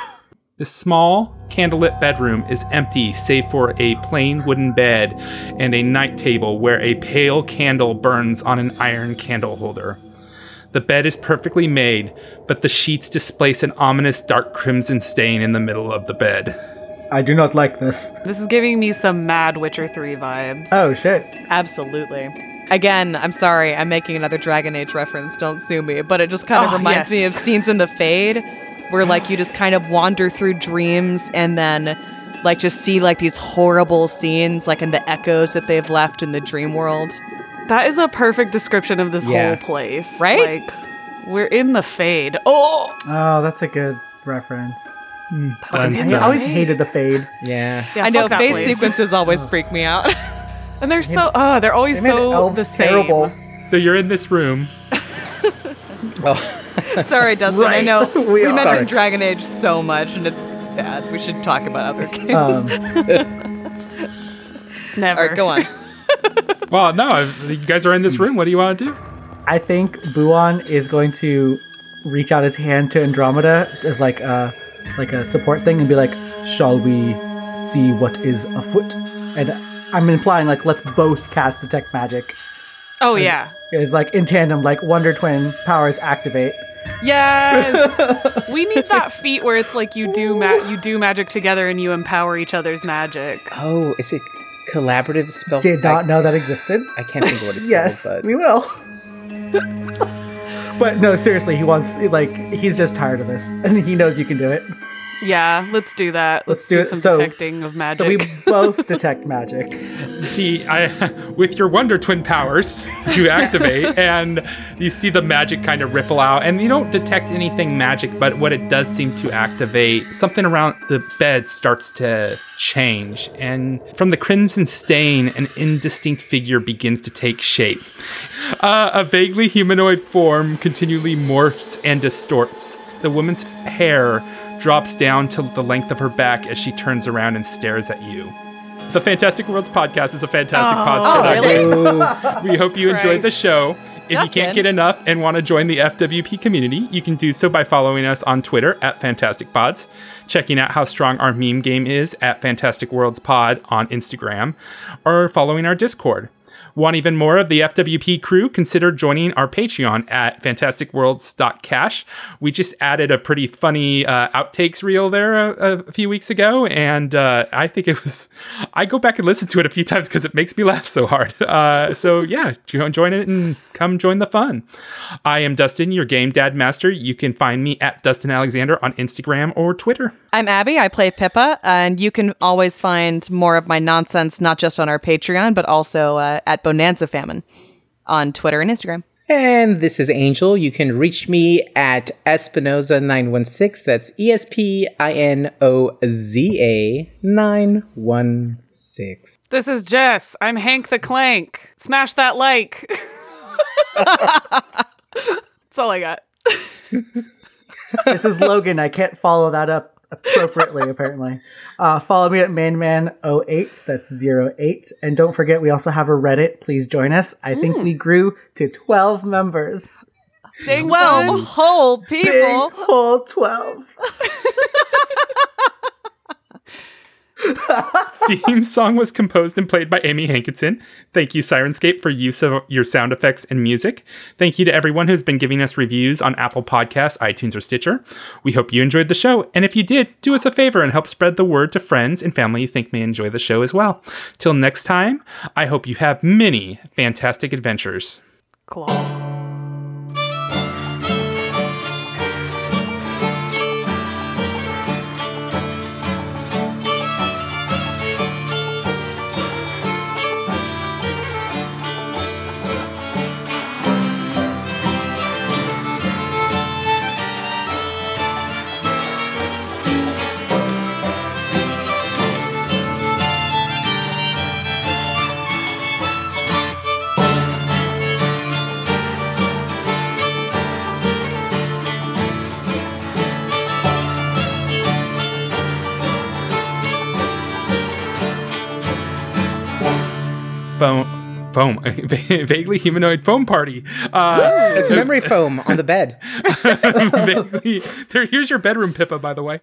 Speaker 2: The small candlelit bedroom is empty save for a plain wooden bed and a night table where a pale candle burns on an iron candle holder. The bed is perfectly made, but the sheets displace an ominous dark crimson stain in the middle of the bed.
Speaker 6: I do not like this.
Speaker 7: This is giving me some Mad Witcher 3 vibes.
Speaker 6: Oh shit.
Speaker 5: Absolutely. Again, I'm sorry, I'm making another Dragon Age reference. Don't sue me. But it just kind of
Speaker 7: Oh,
Speaker 5: reminds
Speaker 7: yes.
Speaker 5: me of scenes in the Fade where, like, you just kind of wander through dreams and then, like, just see, like, these horrible scenes, like, in the echoes that they've left in the dream world.
Speaker 7: That is a perfect description of this
Speaker 4: Yeah.
Speaker 7: whole place.
Speaker 5: Right?
Speaker 7: Like, we're in the fade. Oh,
Speaker 6: Oh, that's a good reference.
Speaker 2: Dun,
Speaker 6: I,
Speaker 2: dun.
Speaker 6: always hated the fade.
Speaker 4: Yeah.
Speaker 7: yeah,
Speaker 5: I know,
Speaker 7: fuck that
Speaker 5: fade
Speaker 7: place.
Speaker 5: sequences always freak me out.
Speaker 7: And they're so, oh, they're always
Speaker 6: They made
Speaker 7: so
Speaker 6: elves
Speaker 7: the same.
Speaker 6: terrible.
Speaker 2: So you're in this room.
Speaker 5: sorry, Dustin. I know
Speaker 6: We
Speaker 5: we,
Speaker 6: are.
Speaker 5: mentioned
Speaker 6: Sorry.
Speaker 5: Dragon Age so much and it's bad. We should talk about other games.
Speaker 6: Um,
Speaker 7: Never.
Speaker 5: All right, go on.
Speaker 2: Well, no, I've- you guys are in this room. What do you want to do?
Speaker 6: I think Buon is going to reach out his hand to Andromeda as like a like a support thing and be like, "Shall we see what is afoot?" And I'm implying like, let's both cast detect magic.
Speaker 7: Oh, yeah.
Speaker 6: It's like in tandem, like Wonder Twin powers activate.
Speaker 7: Yes. we need that feat where it's like you do ma- you do magic together and you empower each other's magic.
Speaker 3: Oh, is it collaborative spell?
Speaker 6: Did not
Speaker 3: I,
Speaker 6: know that existed.
Speaker 3: I can't think of what it's
Speaker 6: Yes,
Speaker 3: called.
Speaker 6: we will. but no, seriously, he wants like he's just tired of this, and he knows you can do it.
Speaker 7: Yeah, let's do that.
Speaker 6: Let's
Speaker 7: Let's,
Speaker 6: do
Speaker 7: do,
Speaker 6: it.
Speaker 7: some
Speaker 6: So-
Speaker 7: detecting of magic.
Speaker 6: So we both detect magic.
Speaker 2: The, I, with your Wonder Twin powers, you activate, and you see the magic kind of ripple out. And you don't detect anything magic, but what it does seem to activate, something around the bed starts to change. And from the crimson stain, an indistinct figure begins to take shape. Uh, a vaguely humanoid form continually morphs and distorts. The woman's f- hair drops down to the length of her back as she turns around and stares at you. The Fantastic Worlds podcast is a fantastic podcast.
Speaker 5: Oh, really?
Speaker 2: We hope you enjoyed the
Speaker 7: Christ.
Speaker 2: show. If you
Speaker 5: Justin.
Speaker 2: can't get enough and want to join the FWP community, you can do so by following us on Twitter at Fantastic Pods, checking out how strong our meme game is at Fantastic Worlds Pod on Instagram, or following our Discord. Want even more of the FWP crew? Consider joining our Patreon at fantasticworlds.cash. We just added a pretty funny uh, outtakes reel there a, a few weeks ago, and uh, I think it was. I go back and listen to it a few times because it makes me laugh so hard. Uh, so yeah, jo- join it and come join the fun. I am Dustin, your game dad master. You can find me at Dustin Alexander on Instagram or Twitter.
Speaker 5: I'm Abby. I play Pippa, and you can always find more of my nonsense, not just on our Patreon, but also uh, at Bonanza Famine on Twitter and Instagram.
Speaker 3: And this is Angel. You can reach me at Espinoza916. That's E S P I N O Z A 916.
Speaker 7: This is Jess. I'm Hank the Clank. Smash that like. That's all I got.
Speaker 6: This is Logan. I can't follow that up appropriately, apparently. Uh, follow me at mainman08. That's 08. And don't forget, we also have a Reddit. Please join us. I think we grew to 12 members.
Speaker 7: Dang,
Speaker 5: Twelve
Speaker 7: son.
Speaker 5: whole
Speaker 6: Big
Speaker 5: people.
Speaker 6: whole 12.
Speaker 2: theme song was composed and played by Amy Hankinson. Thank you, Sirenscape, for use of your sound effects and music. Thank you to everyone who's been giving us reviews on Apple Podcasts, iTunes, or Stitcher. We hope you enjoyed the show, and if you did, do us a favor and help spread the word to friends and family you think may enjoy the show as well. Till next time, I hope you have many fantastic adventures.
Speaker 7: Claw.
Speaker 2: Foam, foam, vaguely humanoid foam party. Uh,
Speaker 3: It's memory foam on the bed.
Speaker 2: vaguely, there, here's your bedroom, Pippa, by the way.